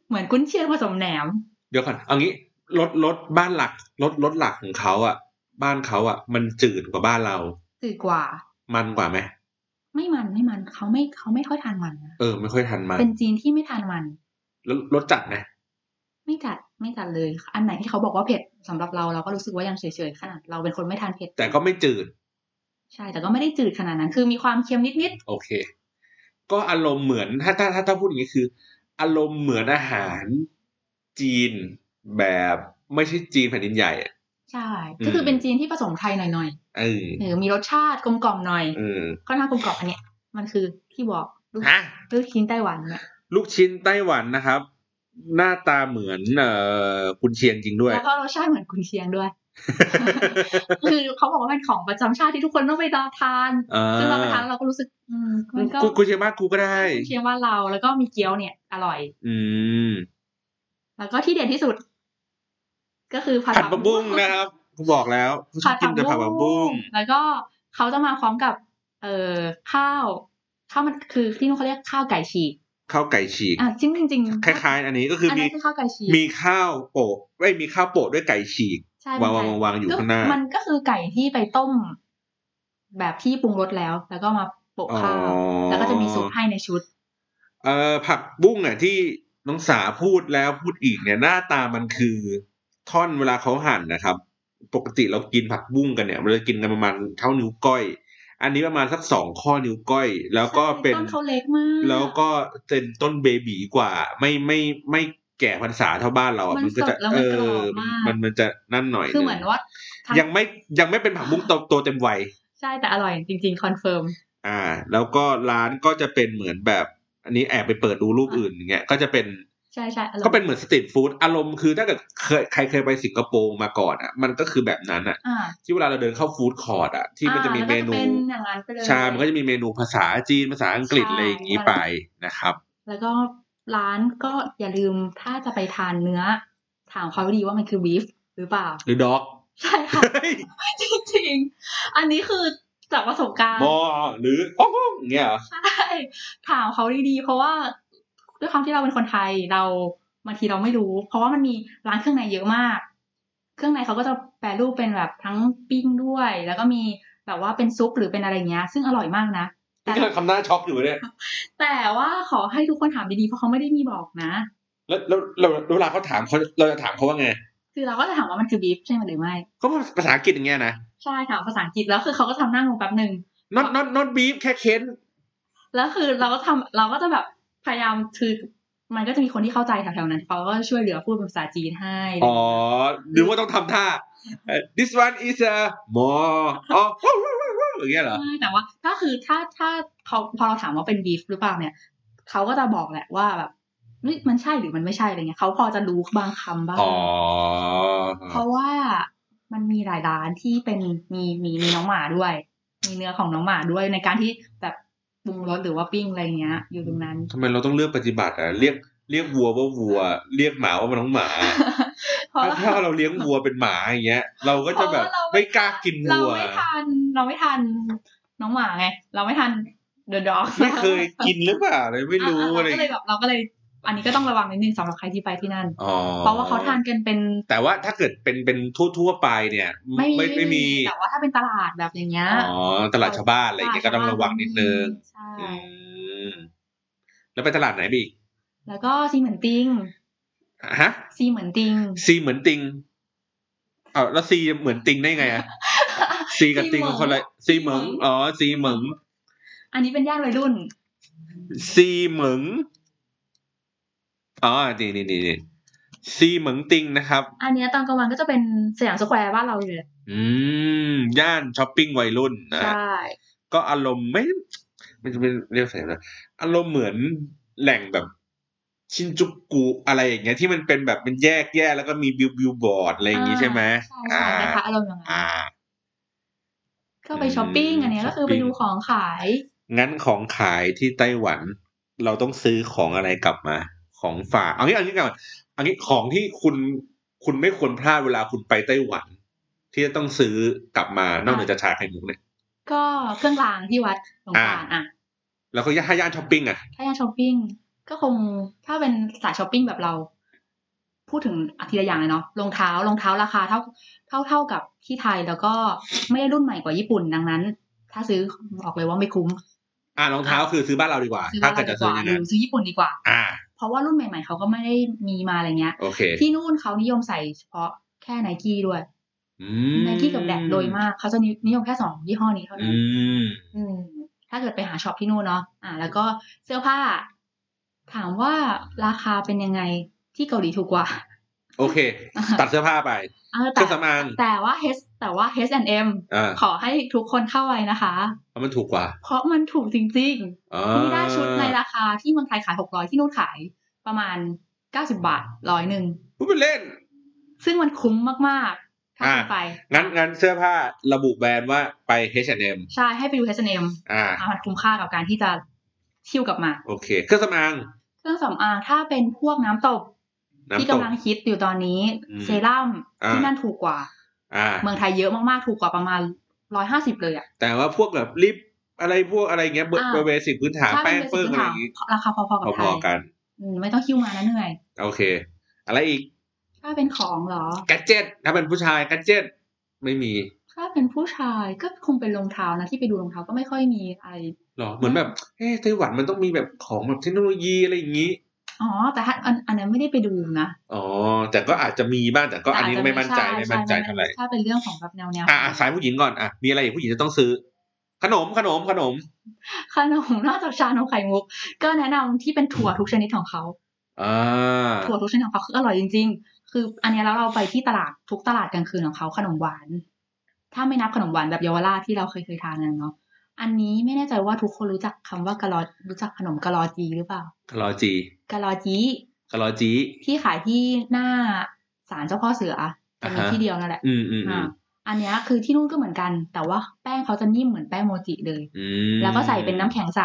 เหมือนกุนเชียงผสมแหนม
เดี๋ยวก่อนเอางี้รถรถบ้านหลักรถรถหลักของเขาอ่ะ บ้านเขาอ่ะ มันจืดกว่าบ้านเรา
ตื่นกว่า
มันกว่าไหม
ไม่มันไม่มันเขาไม่เขาไม่ค่อยทานมันนะ
เออ ไม่ค่อยทันมัน
เป็นจีนที่ไม่ทานมัน
แล้วรถจัดไหม
ไม่จัดไม่จัดเลย อันไหนที่เขาบอกว่าเผ็ดสำหรับเราเราก็รู้สึกว่ายังเฉยๆขนาดเราเป็นคนไม่ทานเผ็ด
แต่ก็ไม่จืด
ใช่ แต่ก็ไม่ได้จืดขนาดนั้น คือมีความเค็มนิด
โอเค ก็อารมณ์เหมือนถ้าถ้าถ้าถ้าพูดอย่างนี้คือ อารมณ์เหมือนอาหารจีนแบบไม่ใช่จีนแผ่นดินใหญ่อะ
ๆใช่
อืม
ก็คือเป็นจีนที่ผสมไทยหน่อย
เออ
ๆเออมีรสชาติกลมกล่อมหน่อย
เออ
ค่อนข้างกลมกล่อมอันเนี้ยมันคือที่บอกลูก
ฮะ
ลูกชิ้นไต้หวันเนี่ย
ลูกชิ้นไต้หวันนะครับ หน้าตาเหมือนเอ่อกุนเชียงจริงด้วย
แล้วก็รสชาติเหมือนกุนเชียงด้วย คือเขาบอกว่าเป็นของประจำชาติที่ทุกคนต้องไปรอทาน
เออ
ซึ่งเราไปทานแล้วเราก็รู้สึก อืมมันก็
กูกูเชียงมากกูก็ได้
เชียงว่านเราแล้วก็มีเกี๊ยวเนี่ยอร่อย
อืม
แล้วก็ที่เด็ดที่สุด ก็คือผั
ผัดผักบุ้งนะครับโห บอกแล้วเขาชอบกินแต่ผักผักบุ้ง
แล้วก็เขาจะมาพร้อมกับ เอ่อข้าวข้าวมันคือที่นู่นเขาเรียกข้าวไก่ฉีก
ข้าวไก่ฉีก
อ่ะจริงจริง
คล้าย ๆ อันนี้ก็คือ
อัน
มี
นี้นคือข้าวไก่ฉีก
มีข้าวโปะไม่มีข้าวโปะด้วยไก่ฉีก
ใช่
วาง
เป็
วาง
น
วางวาง
ไก่
อยู่
ก็
ข้างหน้า
มันก็คือไก่ที่ไปต้ม แบบที่ปรุงรสแล้ว แล้วก็มาโปะ
อ๋อ
ข้าวแล้วก็จะมีซุปให้ในชุด
เอ่อผักบุ้งอ่ะที่น้องสาพูดแล้วพูดอีกเนี่ยหน้าตามันคือท่อนเวลาเขาหั่นนะครับ ปกติเรากินผักบุ้งกันเนี่ยเราจะกินกันประมาณเท่านิ้วก้อย อันนี้ประมาณสักสองข้อนิ้วก้อย แล้วก็เป็น
ใช่ต้นเขาเล็กมาก
แล้วก็เป็นต้นเบบีกว่า ไม่ไม่ไม่แก่พรรษาเท่าบ้านเราอ่ะ
มัน
ก็จะ
สดแล้วมั
เอน
กร
อ
อบมาก
มันมันจะนั่นหน่อย
คือเหมือนว่าทั้
ยังไม่ยังไม่เป็นผักบุ้งโตโตเต็มวัย
ใช่แต่อร่อยจริง ๆ คอนเฟิร์ม
อ่า แล้วก็ร้านก็จะเป็นเหมือนแบบ อันนี้แอบไปเปิดดูรูปอื่นอย่างเงี้ยก็จะเป็น
ใช่ใช่อร่อย
ก็เป็นเหมือนสตรีทฟู้ดอารมณ์คือถ้าเกิดเคยใครเคยไปสิงคโปร์มาก่อนอ่ะ มันก็คือแบบนั้นอ่ะ
อ่า
ที่เวลาเราเดินเข้าฟู้ดคอร์ดอ่ะ ที่มันจะมี
อ่า
เม
แล้วก็
นู
เป็นอย่างนั้นไปเลย
ใช่มันก็จะมีเมนูภาษาจีนภาษาอังกฤษ
ใช่
อะไรอย่างนี้ไปนะครับ
แล้วก็ร้านก็อย่าลืมถ้าจะไปทานเนื้อ ถามเขาดีว่ามันคือบีฟหรือเปล่า
หรือด็อก
ใช่ค่ะ จริงๆ อันนี้คือจากประสบการณ์
บอหรือโอ้โหอย่างเงี้ยเหรอ
ใช่ถามเขาดีๆ เพราะว่าด้วยความที่เราเป็นคนไทยเราบางทีเราไม่รู้ เพราะว่ามันมีร้านเครื่องในเยอะมาก เครื่องในเขาก็จะแปรรูปเป็นแบบทั้งปิ้งด้วย แล้วก็มีแบบว่าเป็นซุปหรือเป็นอะไรเงี้ย ซึ่งอร่อยมากนะ
นี่กำลังทำหน้าช็อกอยู่เนี่ย
แต่ว่าขอให้ทุกคนถามดีๆ เพราะเขาไม่ได้มีบอกนะ
แล้วแล้วแล้วแล้วเวลาเขาถามเขาเราจะถามเขาว่าไง
คือเราก็จะถามว่ามันคือบีฟใช่ไหมหรือไม่
เขาพูดภาษาอังกฤษอย่างเงี้ยนะ
ใช่ค่ะภาษาอังกฤษแล้วคือเขาก็ทำหน้างงแป๊บหนึ่ง
not not not beef แค่เค้น
แล้วคือเราก็ทำเราก็จะแบบพยายามคือมันก็จะมีคนที่เข้าใจแถวๆนั้นเขาก็ช่วยเหลือพูดเป็นภาษาจีนให้อะไร
อ๋อ
เงี้ย
หรือว่าต้องทำท่าเอ่อ this one is a more อ๋ออย่างเงี้ยเหรอ
ใช่แต่ว่าถ้าคือถ้าถ้าเขาพอเราถามว่าเป็นบีฟหรือเปล่าเนี่ยเขาก็จะบอกแหละว่าแบบนี่มันใช่หรือมันไม่ใช่อะไรเงี้ยเขาพอจะรู้บางคำบ้าง
อ๋อ
เพราะว่ามันมีหลายร้านที่เป็นมีมีมีน้องหมาด้วย มีเนื้อของน้องหมาด้วยในการที่แบบปรุงรสหรือว่าปิ้งอะไรเงี้ย อยู่ตรงนั้น
ทำไมเราต้องเลือกปฏิบัติอ่ะ เรียกเรียกวัวว่าวัว เรียกหมาว่ามันน้องหมา
เพราะ
ถ้าถ้าเราเลี้ยงวัวเป็นหมาอย่างเงี้ย เราก็จะแบบ
เพราว่าเร
ไม่กล้ากิน
เรา
วัว
ไม่ทันเราไม่ทันน้องหมาไง เราไม่ทันเดอะด็อก
ไม่เคยกินหรือเปล่าเลยไม่รู้อะไร
ก็เลยแบบเราก็เลย อันนี้ก็ต้องระวังนิดนึงสำหรับใครที่ไปที่นั่น
อ๋อ
เพราะว่าเขาทานกันเป็น
แต่ว่าถ้าเกิดเป็นเป็นทั่วๆไปเนี่ย
ไม่
ไม่ไม่มี
แต่ว่าถ้าเป็นตลาดแบบอย่างเงี้ย
อ๋อ ตลาดชาวบ้านอะไรอย่างเงี้ยก็ต้องระวังนิดนึง
ใช่
อืม แล้วไปตลาดไหนไปอีก
แล้วก็ซีเหมือนติง
ฮะ
ซีเหมือนติง
ซีเหมือนติงเอ้าแล้วซีเหมือนติงได้ไง อะซีกับติงมันคนละซีเหมิงอ๋อซีเหมิง
อันนี้เป็นย่านวัยรุ่น
ซีเหมิงอ๋อนี่นี่นี่นี่ซีเหมิงติงนะครับ
อันเนี้ยตอนกลางวันก็จะเป็นสยามสแควร์บ้านเราอยู่เลย
อืม ย่านช้อปปิ้งวัยรุ่นนะ
ใช่
ก็อารมณ์ไม่ไม่จะเป็นเรียกอะไรนะอารมณ์เหมือนแหล่งแบบ ชินจูกุอะไรอย่างเงี้ยที่มันเป็นแบบเป็นแยกแยกแล้วก็มีบิวบิวบอร์ดอะไรอย่างงี้ใช่ไหม
ใช่ใช่นะคะอารมณ์อย่างนั้น
อ่า
ก็ไปช้อปปิ้งอันเนี้ยก็คือไปดูของขาย
งั้นของขายที่ไต้หวัน เราต้องซื้อของอะไรกลับมา ของฝากเอางี้เอางี้ก่อนเอางี้ของที่คุณคุณไม่ควรพลาดเวลาคุณไปไต้หวัน ที่จะต้องซื้อกลับมานอกเหนือจากชาไข่มุกเนี่ย
ก็เครื่องรางที่วัดหลวงตา
อ่า
อ่ะ
แล้วก็ย่าย่านช้อปปิ้งอ่ะ
ถ้าย่านช้อปปิ้งก็คงถ้าเป็นสายช้อปปิ้งแบบเรา พูดถึงอาทีละอย่างเลยเนาะรองเท้ารองเท้าราคาเท่าเท่าเท่ากับที่ไทยแล้วก็ไม่ได้รุ่นใหม่กว่าญี่ปุ่นดังนั้น ถ้าซื้อบอกเลยว่าไม่คุ้ม
อ่ารองเท้าคือซื้อบ้านเราดีกว่า
ซื้อ
ถ้า
บ้าน
เกิด
เรา
จะซื้ออ
ดีกว่า
ย่าง
หรื
นั้น
อซื้อญี่ปุ่นดีกว่า
อ่า
เพราะว่ารุ่นใหม่ๆเขาก็ไม่ได้มีมาอะไรเงี้ย
โอเค
ที่นู่นเขานิยมใส่เฉพาะแค่ไนกี้ด้วย
อื
ไนกี้กับแดดโดยมากเขาจะนิยมแค่สองยี่ห้อนี้เท่านั้
อื
น
ม
อืมถ้าเกิดไปหาช็อปที่นู่นเนาะอ่า แล้วก็เสื้อผ้า ถามว่าราคาเป็นยังไงที่เกาหลีถูกกว่า
โอเค ตัดเสื้อผ้าไป
เออ
เค
แต่
รื่องสำอาง
แต่ว่า H แต่ว่า H&M
อ่า
ขอให้ทุกคนเข้าไว้นะคะ
เพราะมันถูกกว่า
เพราะมันถูกจริง
อ่า
ๆนี่ได้ชุดในราคาที่เมืองไทยขาย 600 ที่นู่นขายประมาณ 90 บาทร้อยหนึ่ง
พูดเป็นเล่น
ซึ่งมันคุ้มมากๆ ถ้า
อ่า
คุณไป
งั้นงั้นเสื้อผ้าระบุแบรนด์ว่าไป H&M
ใช่ให้ไปดู H&M
อ่า
อ่ะมันคุ้มค่ากับการที่จะชิวกลับมา
โอเค เครื่องสำอาง
เครื่องสำอางถ้าเป็นพวกน้ำตบ ที่
น้ำต
กำ
ก
ลังฮิตอยู่ตอนนี้
อืม
เซรั่ม
อ่า
ที่นั่นถูกกว่า
อ่า
เมืองไทยเยอะมากๆถูกกว่าประมาณร้อยห้าสิบเลยอ่ะ
แต่ว่าพวกแบบลิฟต์อะไรพวกอะไรเงี้ยเบอร์
อ่า
เบอร์เบสิกพื้นฐาน
ใช่
แป้ง
มัน
เปิ้ง
น
อะไรอน
สิ
ย่างงี้
ค้าราคาพอๆกับไท
พอย ๆกัน
อืมไม่ต้องคิ้วมานะเหนื่อย
โอเค อะไรอีก
ถ้าเป็นของเหรอ
แกดเจ็ตถ้าเป็นผู้ชายแกดเจ็ตไม่มี
ถ้าเป็นผู้ชายก็คงเป็นรองเท้านะที่ไปดูรองเท้าก็ไม่ค่อยมีอะไร
หรอ เหมือนแบบเอ๊ะไต้หวันมันต้องมีแบบของแบบเทคโนโลยีอะไรอย่างงี้
อ๋อ แต่ถ้าอันอันนั้นไม่ได้ไปดูนะ
อ๋อ แต่ก็อาจจะมีบ้างแต่ก็อันนี้ก็ไม่มั่นใจ
แต่อาะ
ไม่มั่นใจเท่าไหร่
ใช่ถ้าเป็นเรื่องของแบบแนวแนว
อ่ะอ่ะสายผู้หญิงก่อนอ่ะมีอะไรอีกผู้หญิงจะต้องซื้อ ขนมขนมขนม
ขนม นอกจากชานมไข่มุก ก็แนะนำที่เป็นถั่วทุกชนิดของเขา
อ่า
ถั่วทุกชนิดของเขาคืออร่อยจริง ๆ คืออันเนี้ยแล้วเราไปที่ตลาดทุกตลาดกลางคืนของเขาขนมหวาน ถ้าไม่นับขนมหวานแบบเยาวราชที่เราเคยเคยทานกันเนาะ อันนี้ไม่แน่ใจว่าทุกคนรู้จักคำว่ากะลอรู้จักขนมกะลอจีหรือเปล่า
คลอจี
กะลอจี
คลอจี
ที่ขายที่หน้าศาลเจ้าพ่อเสือจะมี
อ่าฮะ
ที่เดียวนั่นแหละ
อืมอืมอื
อ่าม อันเนี้ยคือที่นู่นก็เหมือนกัน แต่ว่าแป้งเขาจะนิ่มเหมือนแป้งโมจิเลย
อืม
แล้วก็ใส่เป็นน้ำแข็งใส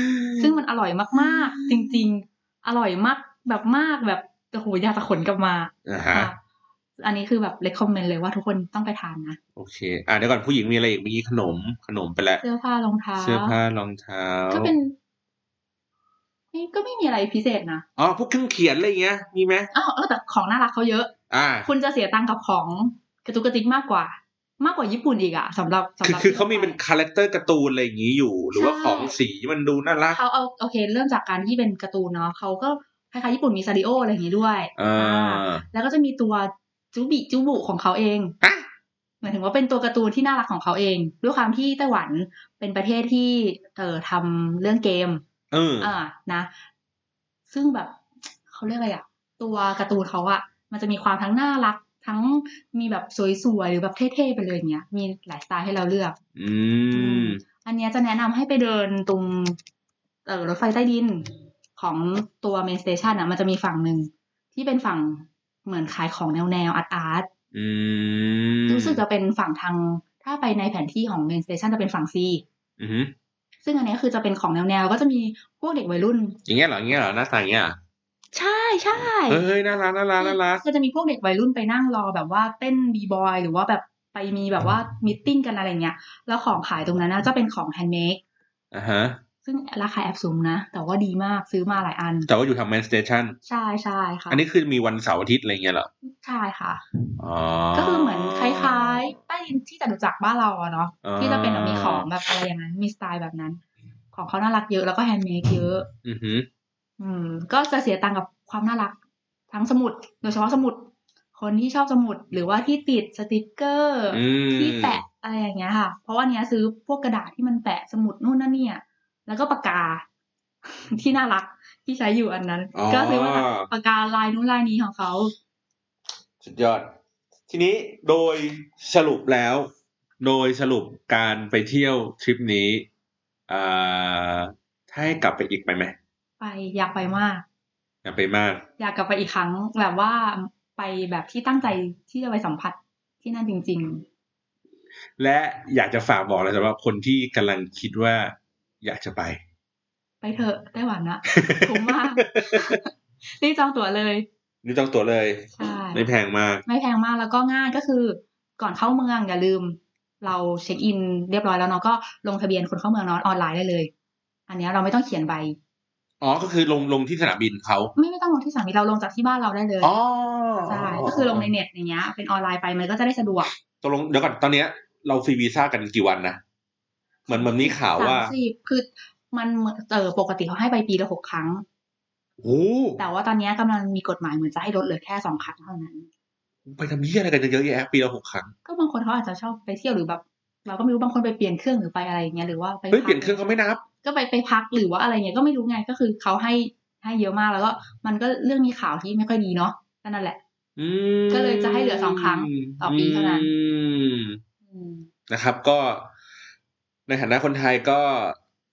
ซึ่งมันอร่อยมากๆ จริงๆ อร่อยมากแบบมากแบบโอ้โหอยากจะขนกลับมา
อ่าฮะ
ค่ะอันนี้คือแบบเลคคอมเมนต์เลยว่าทุกคนต้องไปทานนะ
โอเค อ่ะเดี๋ยวก่อนผู้หญิงมีอะไรอีกเมื่อกี้ขนมขนมไปแล้ว
เสื้อผ้ารองเท้า
เสื้อผ้ารองเท้า
ก็เป็นนี่ก็ไม่มีอะไรพิเศษนะ
อ๋อพวกเครื่องเขียนอะไรอย่างเงี้ยมีไหม
อ้าวเออแต่ของน่ารักเขาเยอะ
อ่า
คุณจะเสียตังค์กับของกระตุกกระติกมากกว่า มากกว่าญี่ปุ่นอีกอะสำหรับสำ
คื
ห
อ
รับ
คือเขามีเป็นคาแรคเตอร์การ์ตูนอะไรอย่างงี้อยู่ หรือว่าของสีมันดูน่ารัก
เขาเอาโอเค เริ่มจากการที่เป็นการ์ตูนเนาะเขาก็คล้ายๆญี่ปุ่นมีซาริโออะไรอย่างงี้ด้วย
อ่า
แล้วก็จะมีตัวจูบิจูบุของเขาเอง
อ่ะ
หมายถึงว่าเป็นตัวการ์ตูนที่น่ารักของเขาเอง ด้วยความที่ไต้หวันเป็นประเทศที่เอ่อทำเรื่องเกม
เออ
อ่านะ ซึ่งแบบเขาเรียกอะไรอะตัวการ์ตูนเขาอะมันจะมีความทั้งน่ารัก ทั้งมีแบบสวยๆหรือแบบเท่ๆไปเลยอย่างเงี้ยมีหลายสไตล์ให้เราเลือก
อืม
อันเนี้ยจะแนะนำให้ไปเดินตรงเออรถไฟใต้ดินของตัวเมนสเตชันอ่ะ มันจะมีฝั่งหนึ่งที่เป็นฝั่งเหมือนขายของแนวแนวอาร์ตอาร์ต
อืม
รู้สึกจะเป็นฝั่งทางถ้าไปในแผนที่ของเมนสเตชันจะเป็นฝั่งซี
อือหือ
ซึ่งอันเนี้ยคือจะเป็นของแนวแนวก็จะมีพวกเด็กวัยรุ่น
อย่างเงี้ยเหรออย่างเงี้ยเหรอหน้าตาอย่างเงี้ยเหรอ
ใช่ใช่
เฮ้ยน่ารักน่ารักน่ารัก
ก็จะมีพวกเด็กวัยรุ่นไปนั่งรอแบบว่าเต้นบีบอยหรือว่าแบบไปมีแบบว่ามิทติ้งกันอะไรเงี้ยแล้วของขายตรงนั้นนะจะเป็นของแฮนด์เมด
อ่าฮะ
ซึ่งราคาแอบสูงนะ แต่ว่าดีมากซื้อมาหลายอัน
แต่ว่าอยู่ทางแมนสเตชัน
ใช่ใช่ค่ะ
อันนี้คือมีวันเสาร์อาทิตย์อะไรเงี้ยเหรอ
ใช่ค่ะ
อ๋อ
ก็คือเหมือนคล้ายๆใต้ดินที่จตุจักรบ้านเราอะเนาะ
อ่า
ที่จะเป็นแบบมีของแบบอะไรอย่างนั้นมีสไตล์แบบนั้น ของเขาน่ารักเยอะแล้วก็แฮนด์เมดเยอะ
อือหือ
อืม ก็จะเสียตังค์กับความน่ารัก ทั้งสมุดโดยเฉพาะสมุด คนที่ชอบสมุดหรือว่าที่ติดสติกเกอร์
อืม
ที่แปะอะไรอย่างเงี้ยค่ะ เพราะว่าอันเนี้ยซื้อพวกกระดาษที่มันแปะสมุดนู่นนั่นเนี่ย แล้วก็ปากกา ที่ น่ารักที่ใช้อยู่อันนั้น ก็ซื้อมาจากปากกาลายนู้นลายนี้ของเขา
สุดยอด ทีนี้โดยสรุปแล้ว โดยสรุปการไปเที่ยวทริปนี้อ่าถ้าให้กลับไปอีกไปไหม
ไปอยากไปมาก
อยากไปมาก
อยากกลับไปอีกครั้งแบบว่าไปแบบที่ตั้งใจที่จะไปสัมผัสที่นั่นจริง
และอยากจะฝากบอกเลยสำหรับคนที่กำลังคิดว่าอยากจะไป
ๆ ไปเถอะไต้หวัน นะ คุ้มมาก รีบจองตั๋วเลย
นี่จองตั๋วเลย
ใช่
ไม่แพงมาก
ไม่แพงมากแล้วก็ง่ายก็คือ ก่อนเข้าเมืองอย่าลืม เราเช็คอินเรียบร้อยแล้วเนาะก็ลงทะเบียนคนเข้าเมืองเนอะออนไลน์ได้เลย อันเนี้ยเราไม่ต้องเขียนใบ
อ๋อ ก็คือลงลงที่สนามบินเขา
ไม่ไม่ต้องลงที่สนามบินเราลงจากที่บ้านเราได้เลย
อ๋อ
ใช่ก็คือลงในเน็ตอย่างเงี้ย เป็นออนไลน์ไปมันก็จะได้สะดวก
ตกลงเดี๋ยวก่อนตอนเนี้ย เราฟรีวีซ่ากันกี่วันนะเหมือนเหมันมีข่าว
สา
ว่าม
สิบคือมันเหมือนเออปกติเขาให้ไปปีละหกครั้ง
โอ้โห
แต่ว่าตอนเนี้ยกำลังมีกฎหมายเหมือนจะให้ลดเหลือแค่สองครั้งเท่านั้น
ไปทำยี่อะไรกันเยอะแยะปีละหกครั้ง
ก็บางคนเขาอาจจะชอบไปเที่ยวหรือแบบ เราก็ไม่รู้บางคนไปเปลี่ยนเครื่องหรือไปอะไรอย่างเงี้ยหรือว่าไป
เฮ้ย
พัก
เปลี่ยนเครื่องเขาไม่นับ
ก็ไปไปพักหรือว่าอะไรเงี้ยก็ไม่รู้ไงก็คือเขาให้ให้เยอะมากแล้วก็มันก็เรื่องมีข่าวที่ไม่ค่อยดีเนาะก็นั่นแหละ
อืม
ก็เลยจะให้เหลือสองครั้งต่อปีเท่านั้น
อืม
อืม
นะครับก็ในฐานะคนไทยก็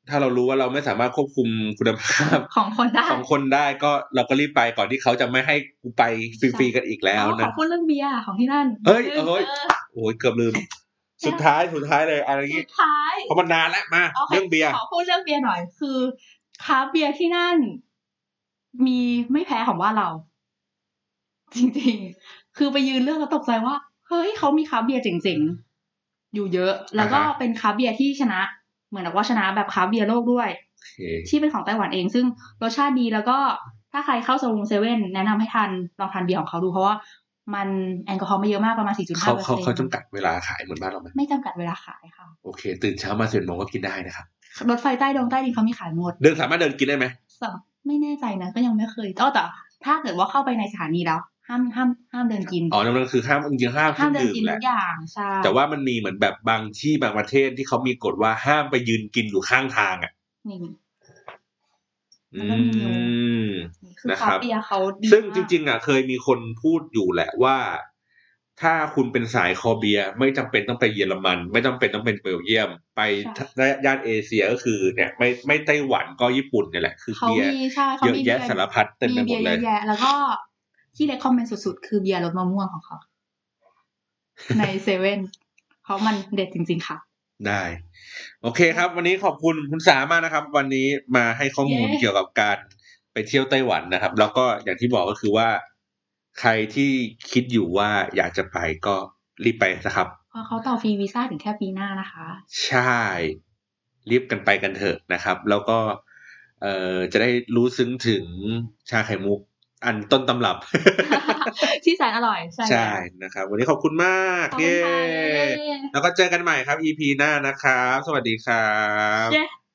ถ้าเรารู้ว่าเราไม่สามารถควบคุมคุณภาพ
ของคนได้
ของคนได้ก็เราก็รีบไปก่อนที่เขาจะไม่ให้กูไปฟรีๆกันอีกแล้ว
เอาข
นะ
อพูดเรื่องเบียร์ของที่นั่น
เฮ้ยเอ้ย
เออ
โอ้ยเกือบลืม สุดท้ายสุดท้ายเลยอะไรอย่าง
สุ
งี้
ดท้าย
เพราะมันนานแล้วมา
โค
เรื่องเบียร์
ขอพูดเรื่องเบียร์หน่อย คือคราฟต์เบียร์ที่นั่น มีไม่แพ้ของบ้านเรา จริงๆ คือไปยืนเรื่องแล้วตกใจว่า เฮ้ยเขามีคราฟต์เบียร์เจ๋งๆ อยู่เยอะ แล้วก็
อ่าฮะ
เป็นคราฟต์เบียร์ที่ชนะ เหมือนกับว่าชนะแบบคราฟต์เบียร์โลกด้วย
โอเค
ที่เป็นของไต้หวันเองซึ่งรสชาติดีแล้วก็ถ้าใครเข้าโซนเซเว่นแนะนำให้ทานลองทานเบียร์ของเขาดูเพราะว่ามันแอลกอฮอล์ไม่เยอะมากประมาณ 4.5
เขาเขาเขาจำกัดเวลาขายเหมือนบ้านเราไหม
ไม่จำกัดเวลาขายค่ะ
โอเค ตื่นเช้ามาสิบโมงก็กินได้นะครับ
รถไฟใต้ดงใต้ดินเขามีขายหมด
เดินสามารถเดินกินได้ไหม
สำไม่แน่ใจนะ ก็ยังไม่เคยอ้อแต่ถ้าเกิดว่าเข้าไปในสถานีแล้ว ห้ามห้ามห้ามเดินกิน
อ๋อนั่นคือห้ามกินห้ามเค
ห้า
รื่อง
มเดิน
ดื่ม
กิน
แห
ทุ
ละ
กอย่างใช่
แต่ว่ามันมีเหมือนแบบบางที่บางประเทศที่เขามีกฎว่าห้ามไปยืนกินอยู่ข้างทางอ่ะ
นี่ มั
อื
นก็
ม
มีอยู่นี่คือ
นะค
คา
รับ
เบียร์เขาดี
ซึ่ง
มาก
จริง ๆ อ่ะ เคยมีคนพูดอยู่แหละว่า ถ้าคุณเป็นสายคอเบียร์ไม่จำเป็นต้องไปเยอรมัน ไม่จำเป็นต้องเป็นเบลเยียม ไปย่านเอเชียก็คือเนี่ย ไม่ไม่ไต้หวันก็ญี่ปุ่นเนี่ยแหละคือ
เขา
เบียร์
มีใช่เขา
เยอะ
มี
แยะสารพัดเต็มไป
มี
หมด
เบีย
เลย
ร์เยอะแยะแล้วก็ที่เล็กคอมเมนต์สุดๆ คือเบียร์รสมะม่วงของเขา ในเซเว่นเพราะมันเด็ดจริง ๆ ค่ะ
ได้ โอเคครับ วันนี้ขอบคุณคุณสามากนะครับ วันนี้มาให้ข้อมูล
เย้
เกี่ยวกับการไปเที่ยวไต้หวันนะครับ แล้วก็อย่างที่บอกก็คือว่า ใครที่คิดอยู่ว่าอยากจะไปก็รีบไปนะครับ
เพราะเขาต่อฟรีวีซ่าถึงแค่ปีหน้านะคะ
ใช่ รีบกันไปกันเถอะนะครับ แล้วก็เอ่อจะได้รู้ซึ้งถึงชาไข่มุก อันต้นตำรับ
ที่แสนอร่อย ใช่
ใช่นะครับ วันนี้ขอบคุณมาก
ขอบคุ
เย้
ณค่ะเย้
แล้วก็เจอกันใหม่ครับ EP หน้านะครับ สวัสดีครับ
เย้